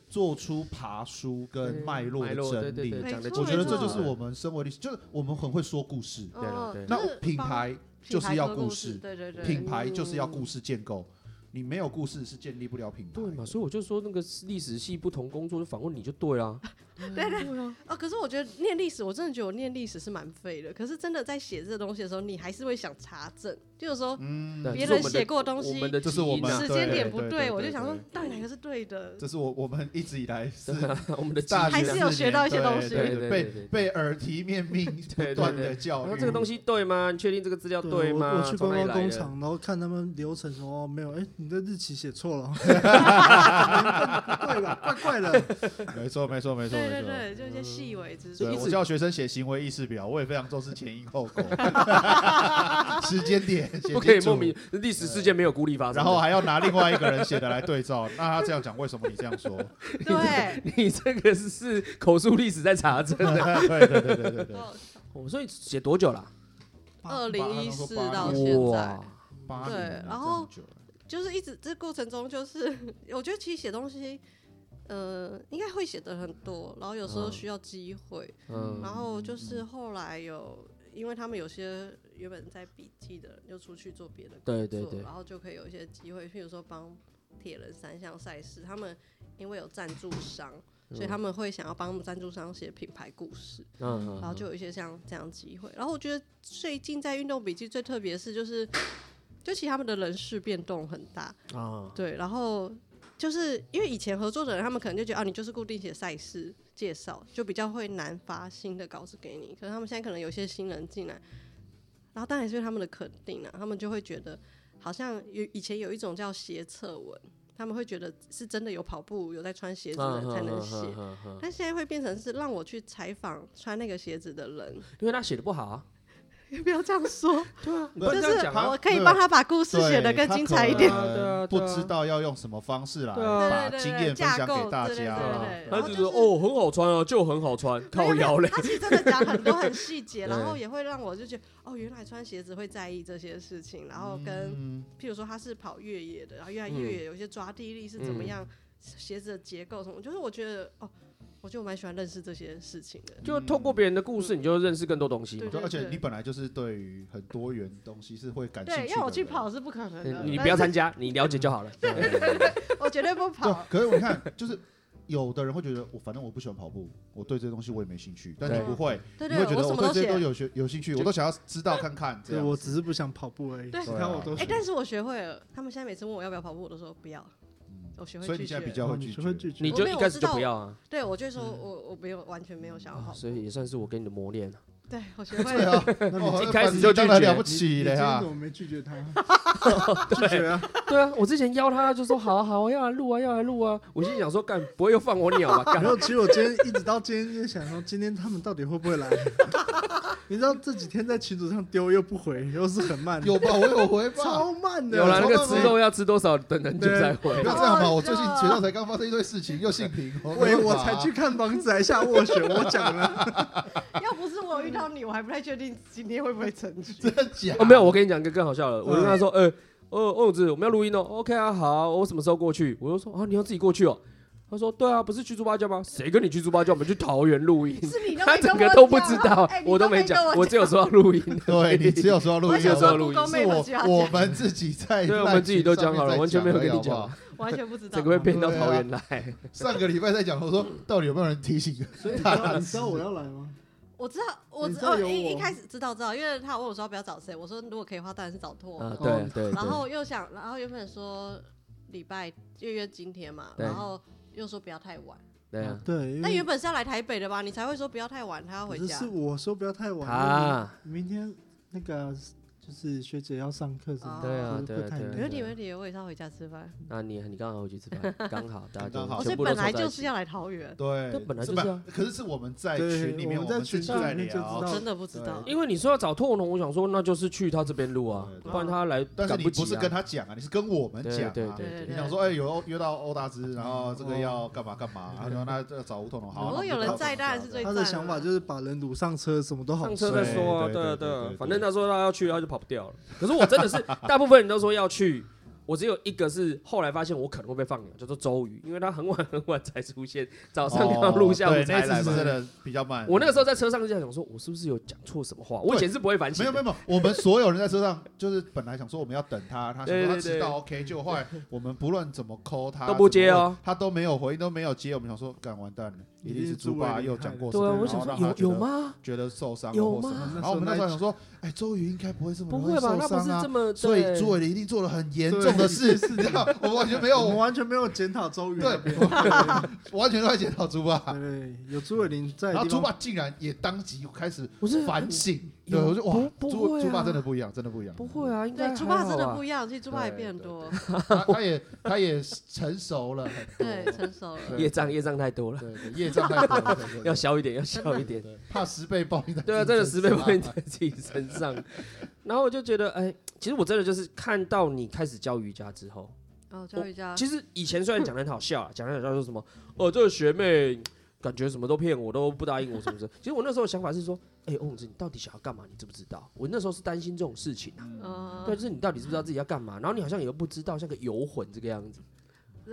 B: 做出爬书跟脉络的
A: 对
B: 整
A: 对
B: 理。
A: 对，
C: 没
A: 讲的
C: 错
B: 我觉得
C: 没错
B: 这就是我们身为历史，就是我们很会说故事。
A: 对了
C: 嗯
A: 对了
B: 那
C: 就是
B: 品
C: 帮
B: 牌
C: 品
B: 就是
C: 牌
B: 要
C: 做
B: 故
C: 故
B: 事
C: 对对对，
B: 品牌就是要故事建构，你没有故事是建立不了品牌。
A: 对嘛，所以我就说那个历史系不同工作就访问你就对啦。
C: 对对对啊！可是我觉得念历史，我真的觉得我念历史是蛮废的。可是真的在写这东西的时候，你还是会想查证，就有时候
B: 嗯，
A: 对这
C: 别
A: 是
C: 人
A: 我们的
C: 写过的东
A: 我
C: 西，
A: 们的
B: 这是我们
C: 时间点
B: 对
C: 不
B: 对对
C: 我就
B: 对
C: 想说
B: 对
C: 到底哪个是对的？
B: 这是我 我们一直以来是
A: 我们的
B: 大
A: 基
B: 学
A: 因
C: 还
A: 啊
C: 是有学到一些
B: 四年
C: 东西
B: 对对对
A: 对
B: 被
A: 对对
B: 被耳提面命 不
A: 对
B: 断
A: 对
B: 的教
A: 然后
B: 育。
A: 这个东西对吗？你确定这个资料
E: 对我
A: 吗？
E: 我去
A: 从
E: 观
A: 哪里
E: 光
A: 来
E: 工
A: 的
E: 厂，然后看他们流程哦，没有，哎，你的日期写错了，对吧？怪怪的，
B: 没错没错没错没
C: 对对
B: 错。嗯
C: 对，就一些细微之处
A: 所以
B: 对，。
A: 一
B: 我
A: 直
B: 教学生写行为意识表，我也非常重视前因后 果、时间点，写
A: 不可以
B: 清楚
A: 莫名历史事件没有孤立发生的。
B: 然后还要拿另外一个人写的来对照。那他这样讲，为什么你 这样说？
C: 对，
A: 你这个是是口述历史在查证的。
B: 对对对对对对，
A: 哦所以写多久啦？
C: 二零一四到现在
A: 哇，，
B: 八
C: 对
B: 年了，
C: 然
B: 这
C: 后
B: 很久了
C: 就是一直这过程中，就是我觉得其实写东西，呃，应该会写的很多，然后有时候
A: 嗯
C: 需要机会，
A: 嗯
C: 然后就是后来有，因为他们有些原本在笔记的人就出去做别的工作，
A: 对对对
C: 然后就可以有一些机会，譬如说帮铁人三项赛事，他们因为有赞助商，所以他们会想要帮他们赞助商写品牌故事，
A: 嗯，
C: 然后就有一些像这样机会。然后我觉得最近在运动笔记最特别的是就是，就其实他们的人事变动很大，
A: 啊，
C: 对，然后就是因为以前合作的人，他们可能就觉得啊，你就是固定写赛事介绍，就比较会难发新的稿子给你。可是他们现在可能有些新人进来，然后当然是因为他们的肯定啊，他们就会觉得好像有以前有一种叫斜侧文，他们会觉得是真的有跑步、有在穿鞋子的人才能写。
A: 嗯嗯嗯
C: 但现在会变成是让我去采访穿那个鞋子的人，
A: 因为他写的不好啊。
C: 不要这样说，
A: 对啊，你不
C: 嗯就
A: 能这样
C: 是
A: 讲啊。
C: 我可以帮他把故事
B: 对
C: 写得更
B: 他
C: 精
B: 可
C: 彩一点。
B: 能
A: 对啊对啊
B: 不
A: 对啊
B: 知道要用什么方式来
A: 对啊
B: 把
C: 对对对
B: 经验分享给大
C: 架
B: 家啊啦。
C: 构对对
A: 他
C: 对然
A: 就
C: 后
A: 是
C: 就是
A: 哦，很好穿哦，就很好穿，
C: 没有
A: 靠
C: 没有
A: 腰嘞。
C: 他其实真的讲很多很细节，
A: 对
C: 然后也会让我就觉得，哦，原来穿鞋子会在意这些事情，然后跟、
B: 嗯
C: 譬如说他是跑越野的，然后原来
A: 嗯
C: 越野有一些抓地力是怎么
A: 嗯
C: 样，鞋子的结构什么，就是我觉得哦，我觉得我蛮喜欢认识这些事情的。
A: 就透过别人的故事，你就认识更多东西嘛
B: 就
C: 对。
B: 而且你本来就是对于很多元东西是会感兴趣
C: 对，
B: 的。
C: 要我去，跑是不可能的，
A: 你你
C: 但
A: 不要
C: 是
A: 参加，你了解就好了。
B: 对，
C: 我绝对不
B: 对
C: 跑。
B: 可是我看就是。有的人会觉得我反正我不喜欢跑步，我对这些东西我也没兴趣。但你
A: 对
B: 不会，
C: 对
B: 你
C: 对，
B: 会觉
C: 我
B: 得
C: 什
B: 我
C: 么
B: 对
C: 都
B: 这些都
C: 写。
B: 有学有兴趣，我都想要知道看看。这
E: 对，
B: 样哦
E: 我只是不想跑步而已。
C: 对
E: 其他我都
B: 对
C: 哎，但是我学会了，他们现在每次问我要不要跑步，我都说不要，
B: 嗯
C: 我学
B: 所
C: 会
B: 以
C: 拒
B: 你现在比
C: 绝。
B: 较嗯会
E: 嗯
B: 拒
E: 就会
B: 绝。
E: 拒绝
A: 你就一开始就不要啊，
C: 对，我就说我我没有完全没有想要跑
A: 啊
C: 步，
A: 所以也算是我给你的磨练啊。
C: 对我 学会
B: 哦对啊，
C: 了。
E: 那你
B: 哦
A: 一开始就拒绝
B: 当然了不
E: 你
B: 起了
E: 你今天
B: 呀
E: 怎。么没拒绝他？拒绝啊！
A: 对啊，我之前邀他就说好啊好啊，要来录啊要来录啊，我心里想说干不会又放我鸟吧？ 干
E: 没有，其实我今天一直到今天就想说，今天他们到底会不会来？你知道这几天在群组上丢又不回，又是很慢，
B: 有吧？我有回吧？
E: 超慢的。
A: 有啦，
B: 超
A: 那
B: 慢
A: 个吃肉要吃多少，等很久
E: 对
A: 再回。
B: 不要这样吧！
C: 啊
B: 我最近学校才刚发生一堆事情，又性平，
E: 喂，
B: 没办
E: 我
B: 法啊
E: 才去看房子，还下斡旋，我讲了，
C: 要不是我遇到你，我还不太确定今天会不会成 局。
B: 真的假？
A: 哦，没有，我跟你讲一个更好笑
B: 嗯
A: 的，我就跟他说，呃，哦，欧永志，我们要录音哦，OK 啊，好啊我什么时候过去？我就说啊，你要自己过去哦。他说对啊，不是去猪八戒吗？谁跟你去猪八戒？我们去桃园录音。
C: 是你都没
A: 他
C: 跟
A: 整
C: 我
A: 个都不
C: 讲
A: 知道
C: 哎，你
A: 我
C: 都
A: 都没
C: 跟
A: 讲，
C: 我
A: 我只有说要录音。
B: 对你只有说要录
C: 我
B: 音，
C: 想
A: 说
C: 说
A: 录音
C: Google
B: 是
C: Map
B: 我
C: 其他讲
B: 我们自己在
A: 对我们自己都讲好了完全没有跟你讲
B: 好不好
C: 完全不知道
A: 整个。会变到桃园来，
B: 上个礼拜在讲，我说到底有没有人提醒？
E: 所以你知
A: 哦
E: 道你知道我要来吗？
C: 我知道，我
E: 你
C: 知
E: 知道
C: 哦
E: 有
C: 一一
E: 我
C: 开始知道知道，因为他问我说要不要找谁，我说如果可以的话，当然是找拓。
A: 啊，对啊对对。
C: 哦然后又想，然后原本说礼拜就约今天嘛，
A: 对
C: 然后又说不要太晚。
A: 对啊，
E: 对，因
C: 那原
E: 为
C: 本是要来台北的吧？你才会说不要太晚，他要回
E: 只
C: 家
E: 是。我说不要
C: 哦
E: 太晚
A: 啊，
E: 因为明天那个就是学姐要上课什么的，
C: 对
B: 哦
C: 啊
E: 就是
A: 对啊
E: 不太
A: 对啊
E: 能
C: 没问题，没问题，我也是要回家吃饭。哦
A: 那你你刚好回去吃 饭，刚好大家
B: 刚好
A: 就
C: 我所以
A: 全部都
C: 本来
A: 凑在一
C: 就是
A: 起。
C: 要来桃园，
B: 对
A: 这，本来就是啊
B: 吧可是是我们在
E: 对
B: 群里面，
E: 我
B: 我
E: 们在
B: 们自己
E: 群
B: 在
E: 里面就知
B: 聊
E: 道。
C: 真的不知道。
A: 因为你说要找拓龙，我想说那就是去他这边录啊
B: 对，对
A: 不然他来
B: 但是
A: 赶
B: 你
A: 及
B: 不是
A: 啊
B: 跟他讲啊，你是跟我们讲
A: 对嗯
B: 啊
A: 对。
C: 对
B: 你
C: 对
B: 想说，哎，有约到欧大师，然后这个要干嘛干嘛，
A: 哦
B: 然后那要找吴彤彤，好。那
C: 如
B: 我
C: 果
B: 们
C: 有
B: 就
C: 人
B: 找
C: 在，
B: 吴彤彤
C: 当然是最
E: 他
C: 赞
E: 的想法
C: 了
E: 就是把人掳上车，什么都好
A: 上
E: 说
A: 车再说啊，
B: 哦对
A: 对啊
B: 对对
A: 啊
B: 对，
A: 反正他说他要去，他就跑不掉了。 可是我真的是，大部分人都说要去，我只有一个是后来发现我可能会被放鸟，叫做周瑜，因为他很晚很晚才出现，早上要录，下午
B: 哦对那
A: 才
B: 一
A: 来
B: 次
A: 嘛
B: 是。真的比较慢。
A: 我那个时候在车上就在想说，我是不是有讲错什么话？我以前是不会反省
B: 没
A: 的，
B: 有没有没有，我们所有人在车上，就是本来想说我们要等他，他想
A: 对
B: 说他
A: 对
B: 迟
A: 对
B: 到 OK，结果后来我们不论怎么 call 他
A: 都不接
B: 怎么
A: 哦
B: 问他都没有回应，都没有接，我们想说干完蛋了，一
E: 一
B: 定
E: 定
B: 是
E: 是
B: 猪
E: 猪
B: 爸
E: 爸
B: 又讲过什
A: 对
B: 么，
A: 啊，
B: 然
A: 我想
B: 后
A: 说
B: 让他
A: 有
B: 觉
A: 有
B: 得
A: 吗？
B: 觉得受伤了啊
A: 有
B: 或什么
A: 吗
B: 然后我们那时候想说，哎，周瑜应该不会这么
A: 不
B: 容易
A: 会吧？
B: 受
A: 那不
B: 伤
A: 是这
B: 啊。
A: 么
B: 所以
A: 对
B: 朱伟林一定做了很严重的事，你知道，我完全没有，
E: 我们
B: 我
E: 完全没有检讨周瑜那边。
B: 完全都在检讨猪爸，
E: 对，有朱伟林在
B: 然
E: 的
B: 后
E: 地
B: 猪
E: 方，
B: 爸竟然也当即开始
A: 不是
B: 反省，
A: 有
B: 对，我就哇，
A: 不不
B: 猪
A: 会
B: 猪爸
A: 啊
B: 真的不一样，真的不一样，
A: 不会啊，应该
C: 对，猪爸真的不
A: 一
C: 一样，其实猪爸也
B: 对
C: 变很
B: 对
C: 多，
B: 他他也他也成熟了很多，
C: 对，成熟了。
A: 业障业障太多了，
B: 对对业障太多了，
A: 要
B: 小
A: 小一点，要小一点。
B: 怕十倍报应的，
A: 对啊，真的十倍报应在自己身上。然后我就觉得，哎，其实我真的就是看到你开始教瑜伽之后，
C: 哦，教育家，
A: 其实以前虽然讲的很好笑啦，啊讲的很好笑说什么，哦，这个学妹感觉什么都骗我，都不答应我什么什么。其实我那时候的想法是说，哎，欧永志，你到底想要干嘛？你知不知道？我那时候是担心这种事情啊。
C: 哦
A: 对，就是你到底知不知道自己要干嘛？然后你好像也都不知道，像个游魂这个样子。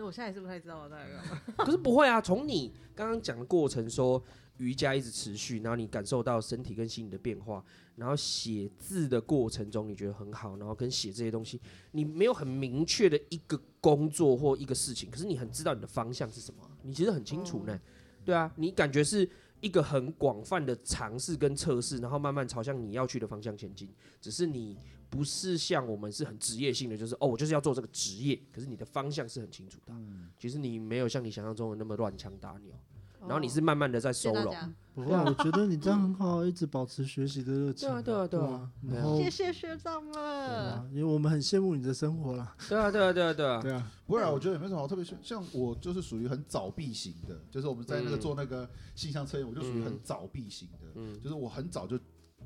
C: 我现在也是不太知道我在干嘛。
A: 可是不会啊，从你刚刚讲的过程说，瑜伽一直持续，然后你感受到身体跟心理的变化，然后写字的过程中你觉得很好，然后跟写这些东西，你没有很明确的一个工作或一个事情，可是你很知道你的方向是什么啊，你其实很清楚呢。对啊，你感觉是一个很广泛的尝试跟测试，然后慢慢朝向你要去的方向前进。只是你不是像我们是很职业性的，就是哦，我就是要做这个职业，可是你的方向是很清楚的啊。其实你没有像你想象中的那么乱枪打鸟，然后你是慢慢的在
C: 哦谢
A: 收
C: 谢大
A: 拢。
C: 家，
E: 不会啊，我觉得你这样很好，一直保持学习的热情。
A: 对啊对啊对啊对啊
E: 然后
C: 谢谢学长
E: 对
C: 们。
E: 啊，因为我们很羡慕你的生活啦。
A: 对啊对啊对啊对啊，
E: 对啊，
B: 不然我觉得也没什么好特别，像像我就是属于很早闭型的，就是我们在那个
A: 嗯
B: 做那个性向测验，我就属于很
A: 嗯
B: 早闭型的，
A: 嗯
B: 就是我很早就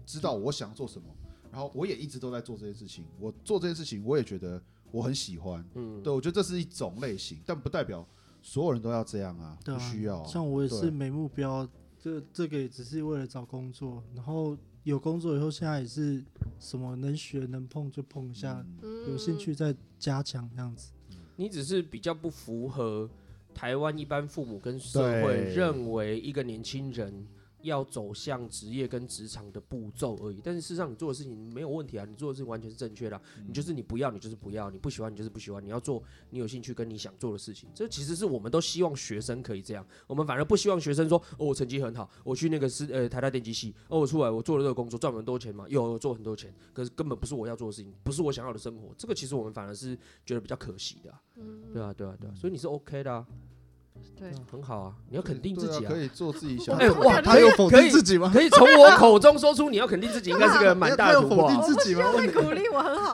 B: 知道我想做什么，然后我也一直都在做这件事情，我做这件事情我也觉得我很喜欢，
A: 嗯，
B: 对我觉得这是一种类型，但不代表所有人都要这样啊，
E: 对
B: 不
E: 啊
B: 需要啊，
E: 像我也
B: 对
E: 是没目标，这这个也只是为了找工作，然后有工作以后，现在也是什么能学能碰就碰一下，
B: 嗯
C: 嗯
E: 有兴趣再加强这样子。
A: 你只是比较不符合台湾一般父母跟社
B: 对
A: 会认为一个年轻人要走向职业跟职场的步骤而已。但是事实上，你做的事情没有问题啊，你做的事情完全是正确的啊、你就是你不要，你就是不要；你不喜欢，你就是不喜欢。你要做你有兴趣跟你想做的事情。这其实是我们都希望学生可以这样，我们反而不希望学生说：“哦，我成绩很好，我去那个是呃台大电机系，哦，我出来我做了这个工作，赚很多钱嘛，有我做很多钱，可是根本不是我要做的事情，不是我想要的生活。”这个其实我们反而是觉得比较可惜的啊、对啊，对啊，
B: 嗯
A: 对啊，所以你是 OK 的啊，
C: 对，
A: 很好啊，你要肯定自己
B: 对啊可以做自己想
A: 哎、
B: 做
A: 哇，
E: 他
A: 可
E: 有
A: 以
E: 否
A: 可
E: 定
A: 以
E: 自己吗？
A: 可以从我口中说出你要肯定自己，应该是个蛮大的
E: 他
A: 突
E: 有否
A: 破
E: 定
A: 啊。
E: 自己吗？
C: 太鼓励我很好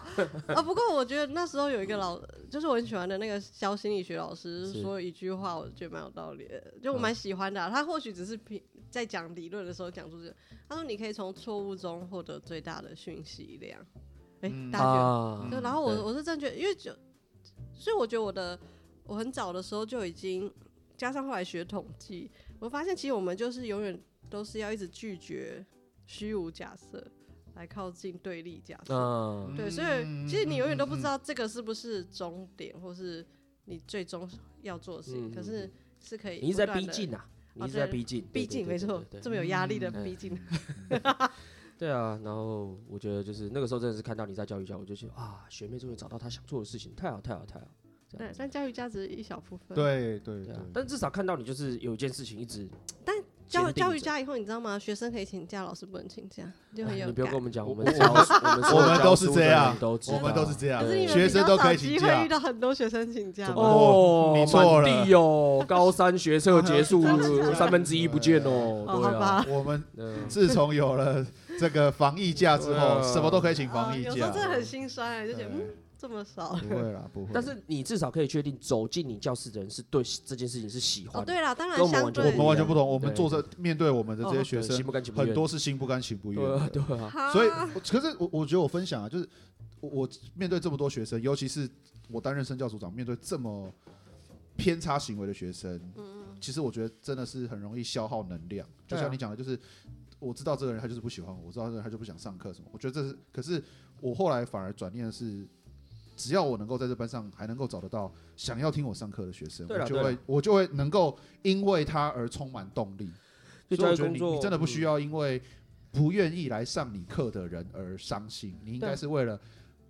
C: 啊。不过我觉得那时候有一个老，就是我很喜欢的那个肖心理学老师
A: 是
C: 说一句话，我觉得蛮有道理的，就我蛮喜欢的啊、他或许只是平在讲理论的时候讲出这个，他说你可以从错误中获得最大的讯息量。哎、
B: 嗯
C: 大家觉得
A: 啊
C: 对，
B: 嗯
C: 然后我
A: 对
C: 我是正确，因为就所以我觉得我的我很早的时候就已经加上后来学统计，我发现其实我们就是永远都是要一直拒绝虚无假设来靠近对立假设，
A: 嗯，
C: 对，所以其实你永远都不知道这个是不是终点，或是你最终要做的事情，
A: 嗯
C: 可是是可以
A: 你一直在逼近
C: 的，
A: 啊，你一直在逼近，对
C: 哦
A: 嗯
C: 逼近没错，这么有压力的逼近，
A: 对啊，然后我觉得就是那个时候真的是看到你在教育家，我就觉得啊，学妹终于找到她想做的事情，太好太好太好。这
C: 对
A: 样，子
C: 但教育价值一小部分，
B: 对对
A: 对
B: 对
A: 啊，，但至少看到你就是有一件事情一直，
C: 教
A: 坚定
C: 教
A: 着
C: 育家以后，你知道吗？学生可以请假，老师不能请假，就很有
A: 哎你不要
C: 感
A: 跟我。们讲，我们
B: 我
A: 教我们所有
B: 我们
A: 教
B: 都是
A: 书的
B: 这
A: 人
B: 样
A: 都知
B: 我们都
A: 道
B: 是这样
C: 可是你，们
B: 学生都可以
C: 比
B: 请
C: 较少机会
B: 假
C: 遇。到很多学生请假
B: 怎
C: 吗，
B: 么
A: 哦，
B: 你错了
A: 满地哦，高三学测结束
E: 真的假的
A: 三分之一不见哦，
C: 哦，
A: 对
C: 好
A: 啊，
C: 吧。
B: 我 们
A: 嗯
B: 自从有了这个防疫假之后，
A: 对啊
B: 什么都可以请防
C: 哦
B: 疫
C: 有时
B: 假啊
C: 候。真的很心酸哎，就觉
B: 对
C: 得嗯，这 么少。
B: 不会啦，不会。
A: 但是你至少可以确定，走进你教室的人是对这件事情是喜
C: 哦，
A: 欢的，
C: 对啦，当然
A: 跟我们
C: 相
A: 完全
C: 对
B: 我们完全不同，
A: 对
B: 我们坐着面对我们的这
C: 哦
B: 些学
A: 哦对心
B: 生，
A: 不甘情不愿，
B: 很多是心不甘情不愿
A: 对啊
B: 的。
A: 对啊，
C: 哈
B: 所以，我可是我我觉得我分享啊，就是我我面对这么多学生，尤其是我担任身教组长，面对这么偏差行为的学生，其实我觉得真的是很容易消耗能量。
A: 嗯
B: 就
A: 对啊
B: 像你讲的，就是我知道这个人他就是不喜欢我，我知道这个人他就不想上课什么。我觉得这是，可是我后来反而转念的是。只要我能够在这班上还能够找得到想要听我上课的学生，
A: 对
B: 我
A: 啦
B: 就
A: 对啦
B: 会我就会能够因为他而充满动力。
A: 就
B: 所
A: 教
B: 以我
A: 育
B: 觉得
A: 工
B: 你
A: 作嗯
B: 你真的不需要因为不愿意来上你课的人而伤心，你应该是为了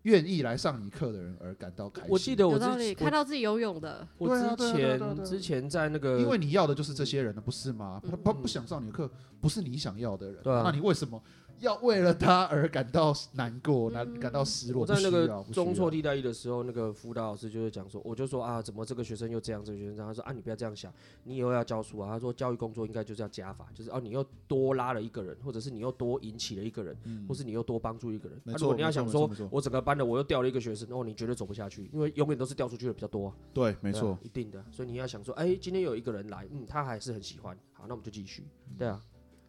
B: 愿意来上你课的人而感到开心。
A: 我记得我
C: 有
A: 之
C: 道理，看到自己游泳的，
A: 我
B: 对啊
A: 之
B: 对啊对啊对啊
A: 前
B: 对啊
A: 之前在那个，
B: 因为你要的就是这些人，不是吗？
C: 嗯
B: 他他不想上你的课，不是你想要的人，
A: 对啊
B: 那你为什么要为了他而感到难过、难
C: 嗯
B: 感到失落？
A: 我在那
B: 不需
A: 个
B: 要不需要
A: 中错地带一的时候，那个辅导老师就会讲说，我就说啊，怎么这个学生又这样，这个学生这样，他说啊，你不要这样想，你以后要教书啊。他说教育工作应该就是要加法，就是哦、你又多拉了一个人，或者是你又多引起了一个人，
B: 嗯
A: 或是你又多帮助一个人。
B: 没
A: 啊
B: 错
A: 如果你要
B: 没错
A: 想
B: 没
A: 说
B: 错没错
A: 我整个班的我又掉了一个学生，哦，你绝对走不下去，因为永远都是掉出去的比较多啊、
B: 对，没
A: 对啊
B: 错。
A: 一定的。所以你要想说，哎、今天有一个人来，嗯，他还是很喜欢，好，那我们就继续。
B: 嗯
A: 对啊，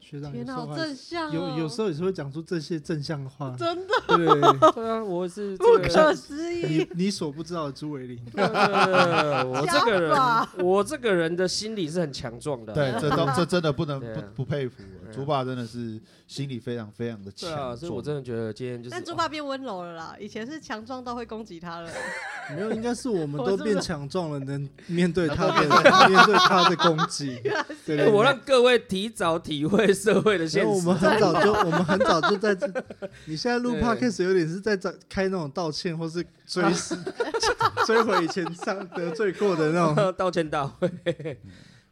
E: 学长，
C: 天
E: 有时
C: 哪，
E: 候
C: 好
E: 还
C: 正向哦，
E: 有有时候也是会讲出这些正向的话，
C: 真的
E: 对对对
A: 对啊， 我是
C: 不可思议
E: 你。你 所不知道的朱伟林，
A: 呃 我这个
C: 加法
A: 人，我这个人的心理是很强壮的。
B: 对，这都这真的不能
A: 对啊
B: 不不佩服
A: 对，啊
B: 竹爸真的是心理非常非常的强
A: 对啊，
B: 壮。
A: 所以我真的觉得今天就是，
C: 但猪爸变温柔了啦，以前是强壮到会攻击他了。
E: 没有，应该是我 们
C: 我是
E: 都
C: 不是
E: 变强壮了，能面对 他的面对他的攻击。对
A: 哎
E: 对，
A: 我让各位提早体会社会的
E: 所以
A: 现
E: 我
A: 实。
E: 们很早就我们很早就在这，你现在录
A: 对
E: podcast 有点是在找开那种道歉或是追 思追回以前伤得罪过的 那种。
A: 道歉大会。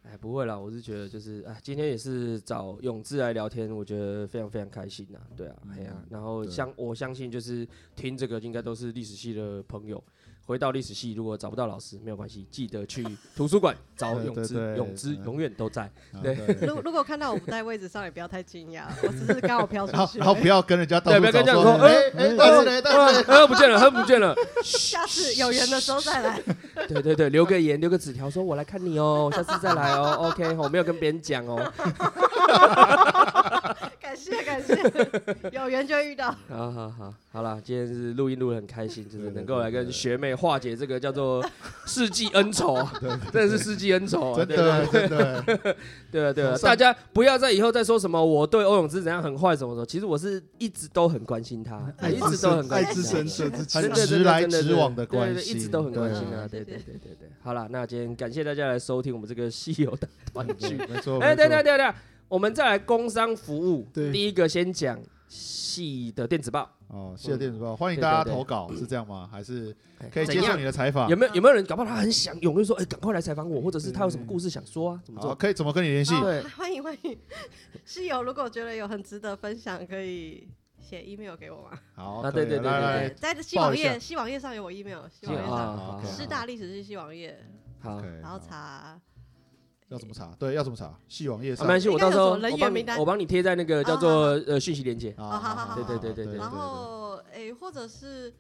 A: 哎，不会啦，我是觉得就是哎，今天也是找永志来聊天，我觉得非常非常开心呐、对啊，哎呀、然后
B: 对
A: 相我相信就是听这个应该都是历史系的朋友，回到历史系，如果找不到老师没有关系，记得去图书馆找
B: 对
A: 永
B: 对
A: 之
B: 对，
A: 永之
B: 嗯
A: 永远都在。
B: 啊
A: 对
B: 对
C: 如如果看到我不在位置上，也不要太惊讶，我只是刚好 飘出
B: 然后
C: 去
B: 然后不
C: 而已。
B: 要跟人家到
A: 对，
B: 处
A: 不要
B: 找
A: 跟这样
B: 说，
A: 说，
B: 哎
A: 呃
B: 哎，大师
A: 呃
B: 来，大师
A: 呃
B: 来，
A: 呃，不见了，呃，不见了。
C: 下次有缘的时候再来。
A: 对对对，留个言，留个纸条，说我来看你哦，下次再来哦。OK，我没有跟别人讲哦。
C: 感谢感谢，有缘就遇到。
A: 好好好，好啦，今天是录音录的很开心，就是
B: 对对
A: 能够来
B: 对
A: 跟
B: 对
A: 学妹化解这个叫做世纪恩仇，真的是世纪恩仇啊，
B: 真
A: 对对
B: 的真的，
A: 对啊，对啊，
B: 上
A: 大家不要再以后再说什么我对欧永之怎样很坏什么什么，其实我是一直都很关心他，
E: 爱
A: 哎一直
E: 之
A: 都很
E: 深，爱
A: 关
E: 之
A: 心
E: 深，
A: 他。
E: 责之
A: 真
E: 切。
B: 很
A: 的
B: 直
A: 真的
B: 来
A: 真的
B: 直往的
A: 对
B: 关
A: 对对
B: 心，
A: 一直都很关心啊！对
C: 对
A: 对对对对，好了，那今天感谢大家来收听我们这个稀有的团聚。
B: 没错，
A: 哎，
B: 哦没
A: 等
B: 错
A: 等等等，我们再来工商服务。
E: 对
A: 第一个先讲系的电子报，
B: 哦，谢谢电子报，欢迎大
A: 对
B: 家
A: 对对
B: 投稿，是这样吗？还是
A: 哎
B: 可以
A: 怎
B: 接受
A: 样
B: 你的采访
A: 有？没有有没有人搞不好他很想踊跃说，哎，赶快来采访我，或者是他有什么故事想说啊，怎么
B: 好，
A: 做？
B: 可以怎么跟你联系？
A: 对
C: 好 欢迎欢迎，室友，如果觉得有很值得分享，可以写 email 给我嘛。
B: 好，
A: 啊
B: 可以
A: 对对对
B: 来来
A: 哎
C: 对
B: 来，
C: 在西
B: 报
C: 网
B: 一下
C: 页，西网页上有我 email，西网
B: 网
C: 页
B: 页
C: 上
B: 上
A: 啊
B: 好
C: 师大历史系西网页，
A: 好，好
B: OK，
C: 然
B: 好
C: 后查
B: 要怎么查？对，要怎么查？系网页
A: 没
B: 上
A: 关系，我到时候
C: 应该有什
A: 我
C: 么人员
A: 帮
C: 名
A: 你
C: 单
A: 我帮你贴在那个叫
C: 哦好
A: 做呃讯息连接。
B: 啊
C: 哦好好好好
A: 对对对对
C: 然后诶、或者是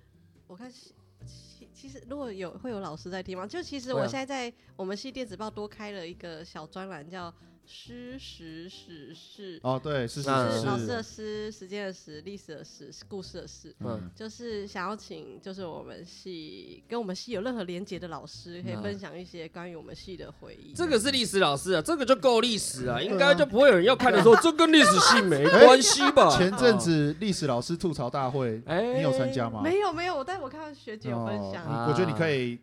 C: 我看其其其实如果有会有老师在听吗？就其实
A: 会
C: 我
A: 啊
C: 现在在我们系电子报多开了一个小专栏，叫“诗史史事
B: 哦，对，是”，是
A: 那
C: 是老师的
B: 是，
C: 诗、时间的诗、历史的史、故事的事。
A: 嗯
B: 嗯，
C: 就是想要请，就是我们系跟我们系有任何连结的老师，可以
A: 嗯
C: 分享一些关于我们系的回忆。
A: 这个是历史老师啊，这个就够历史
B: 嗯
A: 啊，应该就不会有人要看的说这跟历史系没关系吧？
B: 嗯前阵子历史老师吐槽大会，
A: 哎
B: 你有参加吗？
C: 没有没有，我但我看到学姐有分享，
A: 哦
B: 你我觉得你可以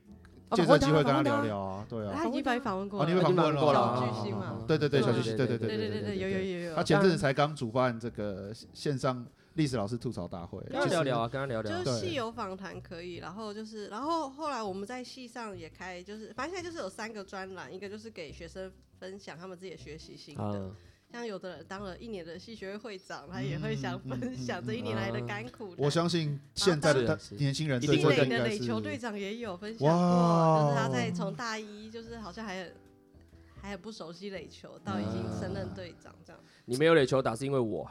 A: 啊
B: 借这个机会跟他聊聊啊，对啊，
C: 他已经把你访问过
B: 哦
C: 了，
B: 你被访问了
A: 过
C: 小
A: 了，
C: 巨星嘛。
B: 对对对，
C: 嗯
B: 小学习，对对
C: 对
B: 对
C: 对对，有有有有
B: 他。前阵子才刚主办这个线上历史老师吐槽大会，
A: 跟他聊聊啊，跟他聊聊啊。
C: 就是
B: 对
C: 戏有访谈可以，然后就是，然后后来我们在戏上也开，就是反正现在就是有三个专栏，一个就是给学生分享他们自己的学习心得，
A: 啊，
C: 像有的人当了一年的戏学会会长，他也会想
B: 嗯嗯
C: 分享
B: 嗯
C: 这一年来的
A: 啊
C: 甘苦谈。
B: 我相信现在
A: 是
B: 的
A: 是
B: 年轻人
A: 一
B: 对
A: 定
B: 这
A: 会
B: 个
C: 垒
B: 应
C: 的
B: 该
C: 垒球队
B: 是
C: 长也有分享
B: 哇
C: 过，就是他在从大一就是好像还很还很不熟悉垒球，到已经升任队长这样。
A: 你没有垒球打是因为我，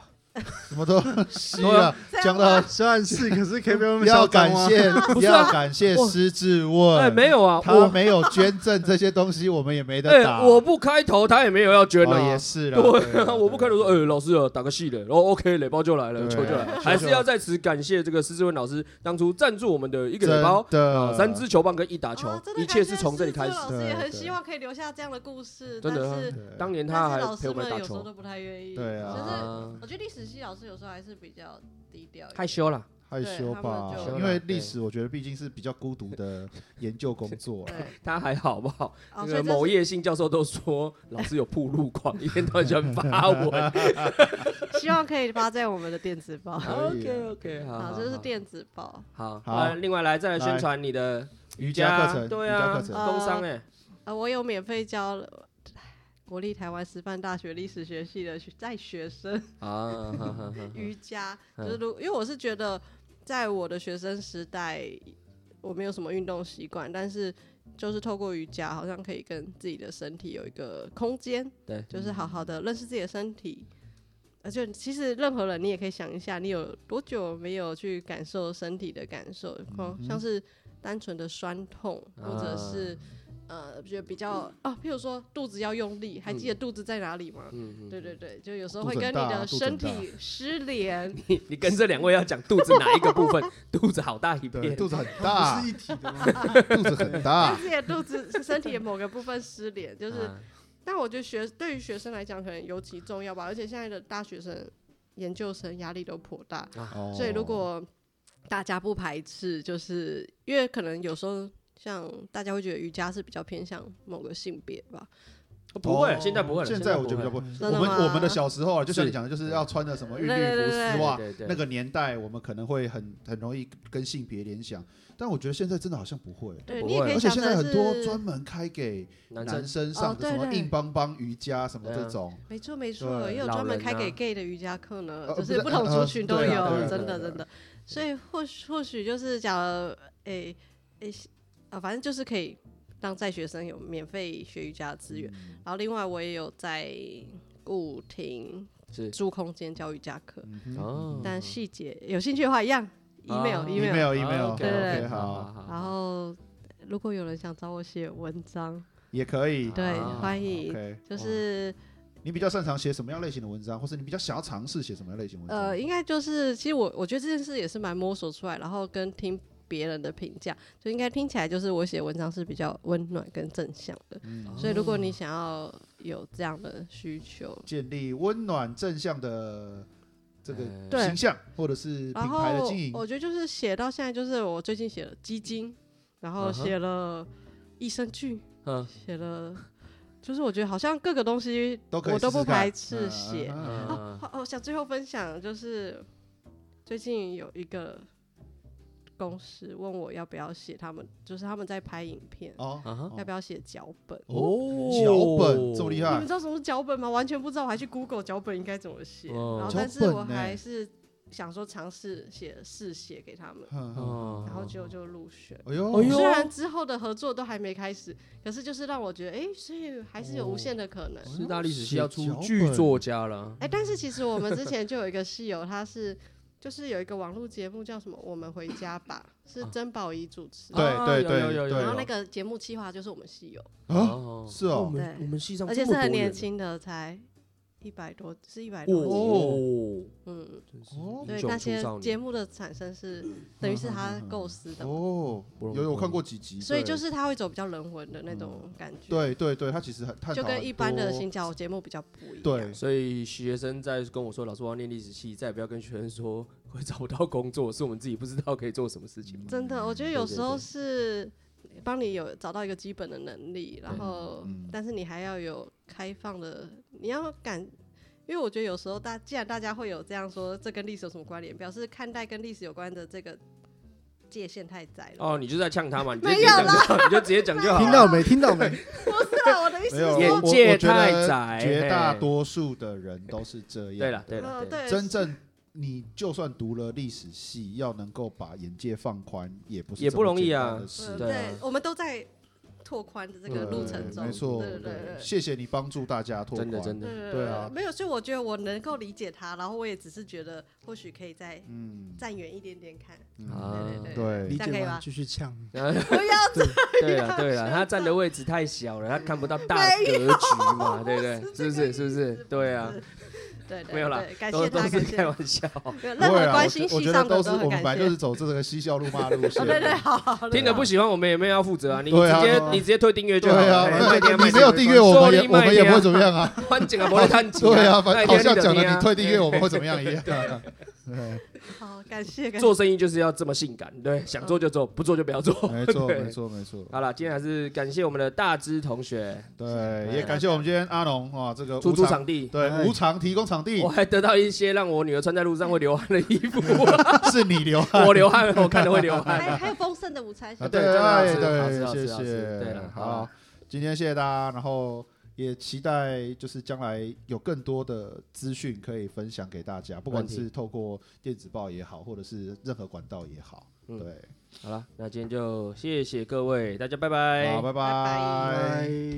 B: 什么都是
A: 对
B: 啊
A: 啊，
C: 这样
B: 讲的
E: 算是，可是可以不要那么
B: 要
E: 嚣张
B: 感
E: 吗？
B: 谢
A: 不是啊
B: 要感谢
A: 我
B: 施志
A: 哎，
B: 问，
A: 没有啊，
B: 他
A: 我
B: 没有捐赠这些东西，我们也没得打，
A: 哎，我不开头，他也没有要捐
B: 哦也
A: 啊。
B: 是啦，
A: 对啊，
B: 啊
A: 我不开头说，哎，老师啊，打个戏的，然后 OK，垒包就来了，
B: 对啊
A: 球就来
B: 球
A: 了，
B: 就
A: 还是要在此感谢这个施志文老师当初赞助我们的一个
B: 真呃
A: 垒包，啊
B: 的
A: 三支球棒跟一打球
C: 啊真，的
A: 一切
C: 感
A: 是
C: 谢
A: 从这里
C: 施
A: 开始
C: 志。老师
B: 对
C: 也很
B: 对
C: 希望可以留下这样的故事，
A: 真的啊
C: 但是
B: 对
A: 当年他
C: 但是老
A: 还
C: 师
A: 陪我们
C: 们
A: 打
C: 有时候
A: 球，
C: 都不太愿意。
B: 对啊
C: 就是
A: 啊
C: 我觉得历史系老师有时候还是比较低调一点。
A: 害羞了。
B: 害羞吧
C: 对他们
A: 就，
B: 因为历史我觉得毕竟是比较孤独的研究工作
C: 对，
B: 啊，
A: 他还好不好？那
C: 哦，所
A: 个
C: 以这
A: 某
C: 是
A: 叶姓教授都说老师有铺路狂，一天到晚喜欢发 文。
C: 希望可以发在我们的电子报。
B: 可以
A: OK OK，好，
C: 好，
A: 好
C: 这是电子报。
A: 好。
B: 好
A: 啊，另外来再来宣
B: 来
A: 传你的
B: 瑜伽课程，
A: 对
B: 瑜伽
A: 啊，
B: 课程
C: 啊
A: 工商哎，
C: 呃，我有免费教了国立台湾师范大学历史学系的学在学生
A: 啊，好好好
C: 瑜伽，
A: 嗯
C: 就是如因为我是觉得，在我的学生时代，我没有什么运动习惯，但是就是透过瑜伽，好像可以跟自己的身体有一个空间，
A: 对嗯
C: 就是好好的认识自己的身体。而且，其实任何人你也可以想一下，你有多久没有去感受身体的感受，
A: 嗯
C: 哦像是单纯的酸痛，或
A: 啊
C: 者是、呃，觉得比较啊，譬如说肚子要用力，还记得肚子在哪里吗？
A: 嗯，
C: 对对对，就有时候
B: 肚
C: 会
B: 子
C: 跟
B: 很
C: 你
B: 大啊
C: 的
B: 肚子
C: 身
B: 很大
C: 体失 联，
A: 你你跟这两位要讲肚子哪一个部分？肚子好大一
B: 对，
A: 片，
B: 肚子很
E: 不
B: 大
E: 是，一体的吗？
B: 肚子很大
C: 但，是也肚子身体的某个部分失联，就是。
A: 啊
C: 但我觉得学对于学生来讲可能尤其重要吧，而且现在的大学生、研究生压力都颇大，
B: 哦
C: 所以如果大家不排斥，就是因为可能有时候像大家会觉得瑜伽是比较偏向某个性别吧，
A: 不会，
B: 哦
A: 现在不会了，
B: 现在我觉得比较
A: 不
B: 不
A: 会，
B: 我
C: 真的
B: 们
C: 吗
B: 我们的小时候啊，就像
A: 是
B: 你讲的，就是要穿的什么韵律
C: 对对
B: 服、
C: 对
B: 丝
C: 对
B: 袜，
A: 对对
B: 那个年代我们可能会很很容易跟性别联想，但我觉得现在真的好像不会。
C: 对
A: 不
C: 你也
A: 会
C: 可
B: 而
C: 以
B: 且
C: 想
B: 现在
C: 成
B: 很多
C: 是
B: 专门开给
A: 男
B: 男
A: 生
B: 生
C: 哦
B: 上的
C: 对
B: 什么
C: 对
B: 硬邦邦瑜伽什么
A: 对
B: 这
A: 啊
B: 种，
C: 没错没错，
B: 对
C: 也有
A: 老
C: 专门
A: 人
C: 开给
A: 啊
C: gay 的瑜伽课呢，
B: 呃
C: 就
B: 不
C: 是
B: 是
C: 不同
B: 呃
C: 族群都
B: 对啊
C: 有
B: 对啊，
C: 真
B: 对啊对啊
C: 的呃真的。所以或许或许就是假如诶诶啊，反正就是可以让在学生有免费学瑜伽的资源。
B: 嗯
C: 然后另外我也有在固定
A: 是
C: 租空间教瑜伽课，
B: 嗯哼
A: 哦，
C: 但细节有兴趣的话一样
A: 啊
C: email email。
B: ，email 啊 email，
A: 啊
C: 对对
B: ，OK，
C: 对
B: 好，
C: 然后如果有人想找我写文章，
B: 也可以。
C: 对，
A: 啊
C: 欢迎。
B: OK，
C: 就是
B: 你比较擅长写什么样类型的文章，或是你比较想要尝试写什么样类型文章？
C: 呃，应该就是，其实我我觉得这件事也是蛮摸索出来，然后跟听别人的评价，就应该听起来就是我写文章是比较温暖跟正向的。
B: 嗯
C: 所以如果你想要有这样的需求，
B: 建立温暖正向的这个
A: 哎
C: 对
B: 形象，或者是品
C: 然
B: 牌的
C: 后
B: 经营。
C: 我觉得就是写到现在，就是我最近写了基金，然后
A: 嗯哼
C: 写了益生菌，
A: 嗯
C: 写了，就是我觉得好像各个东西
B: 都可以
C: 我都
B: 试试
C: 不
B: 看
C: 排斥写。
B: 嗯嗯嗯
A: 嗯
C: 哦，好我想最后分享就是，最近有一个公司问我要不要写他们，就是他们在拍影片，
B: 哦
A: 啊哈
C: 要不要写脚本。
A: 哦
B: 脚本这么厉
C: 你
B: 害
C: 们知道什么是脚本吗？完全不知道，我还去 Google 脚本应该怎么写。
A: 哦
C: 然后，
B: 脚
C: 但是我
B: 本欸
C: 还是想说尝试写试写给他们，
B: 嗯嗯
A: 哦
C: 然后结果就入选。
B: 哎呦，
A: 哎呦
C: 虽然之后的合作都还没开始，可是就是让我觉得，哎、所以还是有无限的可能。
A: 四哦大历史系要出
B: 写脚
A: 剧
B: 本
A: 作家了，
C: 哎、但是其实我们之前就有一个室友，他是就是有一个网络节目叫什么《我们回家吧》，是曾宝仪主持的。
A: 啊
B: 啊对对
A: 有
B: 对
A: 有有有
B: 对哦
C: 然后那个节目企划就是我们室友，
B: 啊，
A: 哦，
B: 是
A: 哦我
B: 哦，
A: 们
C: 对
A: 我们系上
C: 而且
A: 这
C: 是
A: 么
C: 很
A: 多
C: 年
A: 人
C: 轻的，才一百多，是一百多集。
A: 哦，
C: 嗯，
A: 真是
B: 哦
A: 英
C: 对，
A: 雄
C: 那
A: 出
C: 些
A: 少
C: 节
A: 年，
C: 目的产 生是等于是他构思的嘛，
B: 哦，
A: 不容易
B: 有有看过几集，
C: 所以
B: 对
C: 就是他会走比较人文的那种感觉，，
B: 对对对，他其实很探讨
C: 就跟一般的
B: 很多
C: 行脚节目比较不一样。
B: 对
A: 所以学生在跟我说，老师我要念历史系，再也不要跟学生说会找不到工作，是我们自己不知道可以做什么事
B: 嗯
A: 情嘛。
C: 真的，我觉得有
A: 对对
C: 时候
A: 对
C: 是帮你有找到一个基本的能力，然后、
B: 嗯
C: 但是你还要有开放的，你要敢，因为我觉得有时候大既然大家会有这样说，这跟历史有什么关联，表示看待跟历史有关的这个界限太窄了。
A: 哦，你就在呛他嘛，你就直
C: 没
A: 接
C: 有
A: 讲就好， 你就直接
C: 啊
A: 讲就好。
E: 听到没？听 到没？
C: 不是啊，我的意思
B: 没
C: 是
B: 有
A: 眼
B: 我
C: 说，
B: 我
A: 界
B: 我觉得
A: 太窄
B: 绝大
A: 嘿
B: 多数的人都是这样。
A: 对了，对
C: 呃，
A: 了，
C: 对，
B: 真正你就算读了历史系，要能够把眼界放宽，也不是
A: 也
B: 这
A: 不
B: 么
A: 容易
B: 简
A: 啊
B: 单的
C: 呃
B: 事
A: 对啊
C: 对，我们都在拓宽的这个
A: 对
C: 路程中，
B: 没错
C: 对对对对。
B: 谢谢你帮助大家拓
A: 真
B: 宽，
A: 的真
C: 对
A: 的，
C: 对
B: 对啊
C: 没有，所以我觉得我能够理解他，然后我也只是觉得或许可以再
B: 嗯，
C: 站远一点点看，
B: 嗯
A: 啊
C: 对对
B: 对，
E: 理
C: 这样可以
E: 解
C: 吧
E: 吗？继续呛。
C: 不要
A: 对了对了， 他站的位置太小了，他看不到大格局嘛，对不对？是不是？是不是？对啊，
C: 对对，
A: 没有啦
C: 对感
A: 都
C: 谢
A: 都
C: 他，
A: 是
C: 感
A: 开
C: 谢
A: 玩笑。
C: 没有
B: 不
C: 任
B: 会
C: 何
B: 啊，我
C: 关心
B: 觉我
C: 系
B: 觉得
C: 上的
B: 都是
C: 很
B: 我们
C: 感
B: 本来
C: 谢。
B: 就是走这个嬉笑怒骂的路线，
C: 哦，对对，好，
A: 听得不喜欢，我们也没有要负责啊，你直
B: 对啊
A: 接你直接退订阅就
B: 对
A: 好
B: 啊，
A: 了。
B: 那
A: 卖掉
B: 你
A: 卖
B: 没
A: 掉
B: 有订阅我们也我们也不会怎么 样啊，
A: 翻景啊，不会叹 气。
B: 对啊，反正好像讲
A: 的
B: 的你退订阅我们会怎么样一样，对
C: 好，感谢，感谢。
A: 做生意就是要这么性感，对，想做就做，不做就不要做。
B: 没错
A: 对
B: 没错没错，
A: 好了，今天还是感谢我们的大芝同学
B: 对，也感谢我们今天阿龙啊，这个
A: 出
B: 无
A: 租
B: 偿
A: 场地，
B: 对
E: 哎
B: 无偿提供场地
A: 我，还得到一些让我女儿穿在路上会流汗的衣 服，
B: 是你留啊，
A: 我流汗，我看着会流汗。
C: 还还有丰盛的午餐，
B: 啊，
C: 谢谢
B: 对
A: 真的哎好吃好吃
B: 对
A: 好
B: 对，谢
A: 吃好吃
B: 谢，
A: 对了好
B: 好，今天谢谢大家，然后也期待就是将来有更多的资讯可以分享给大家，不管
A: 问题
B: 是透过电子报也好，或者是任何管道也好，
A: 嗯
B: 对，
A: 好了，那今天就谢谢各位，大家拜拜。
B: 好，拜
C: 拜
E: 拜。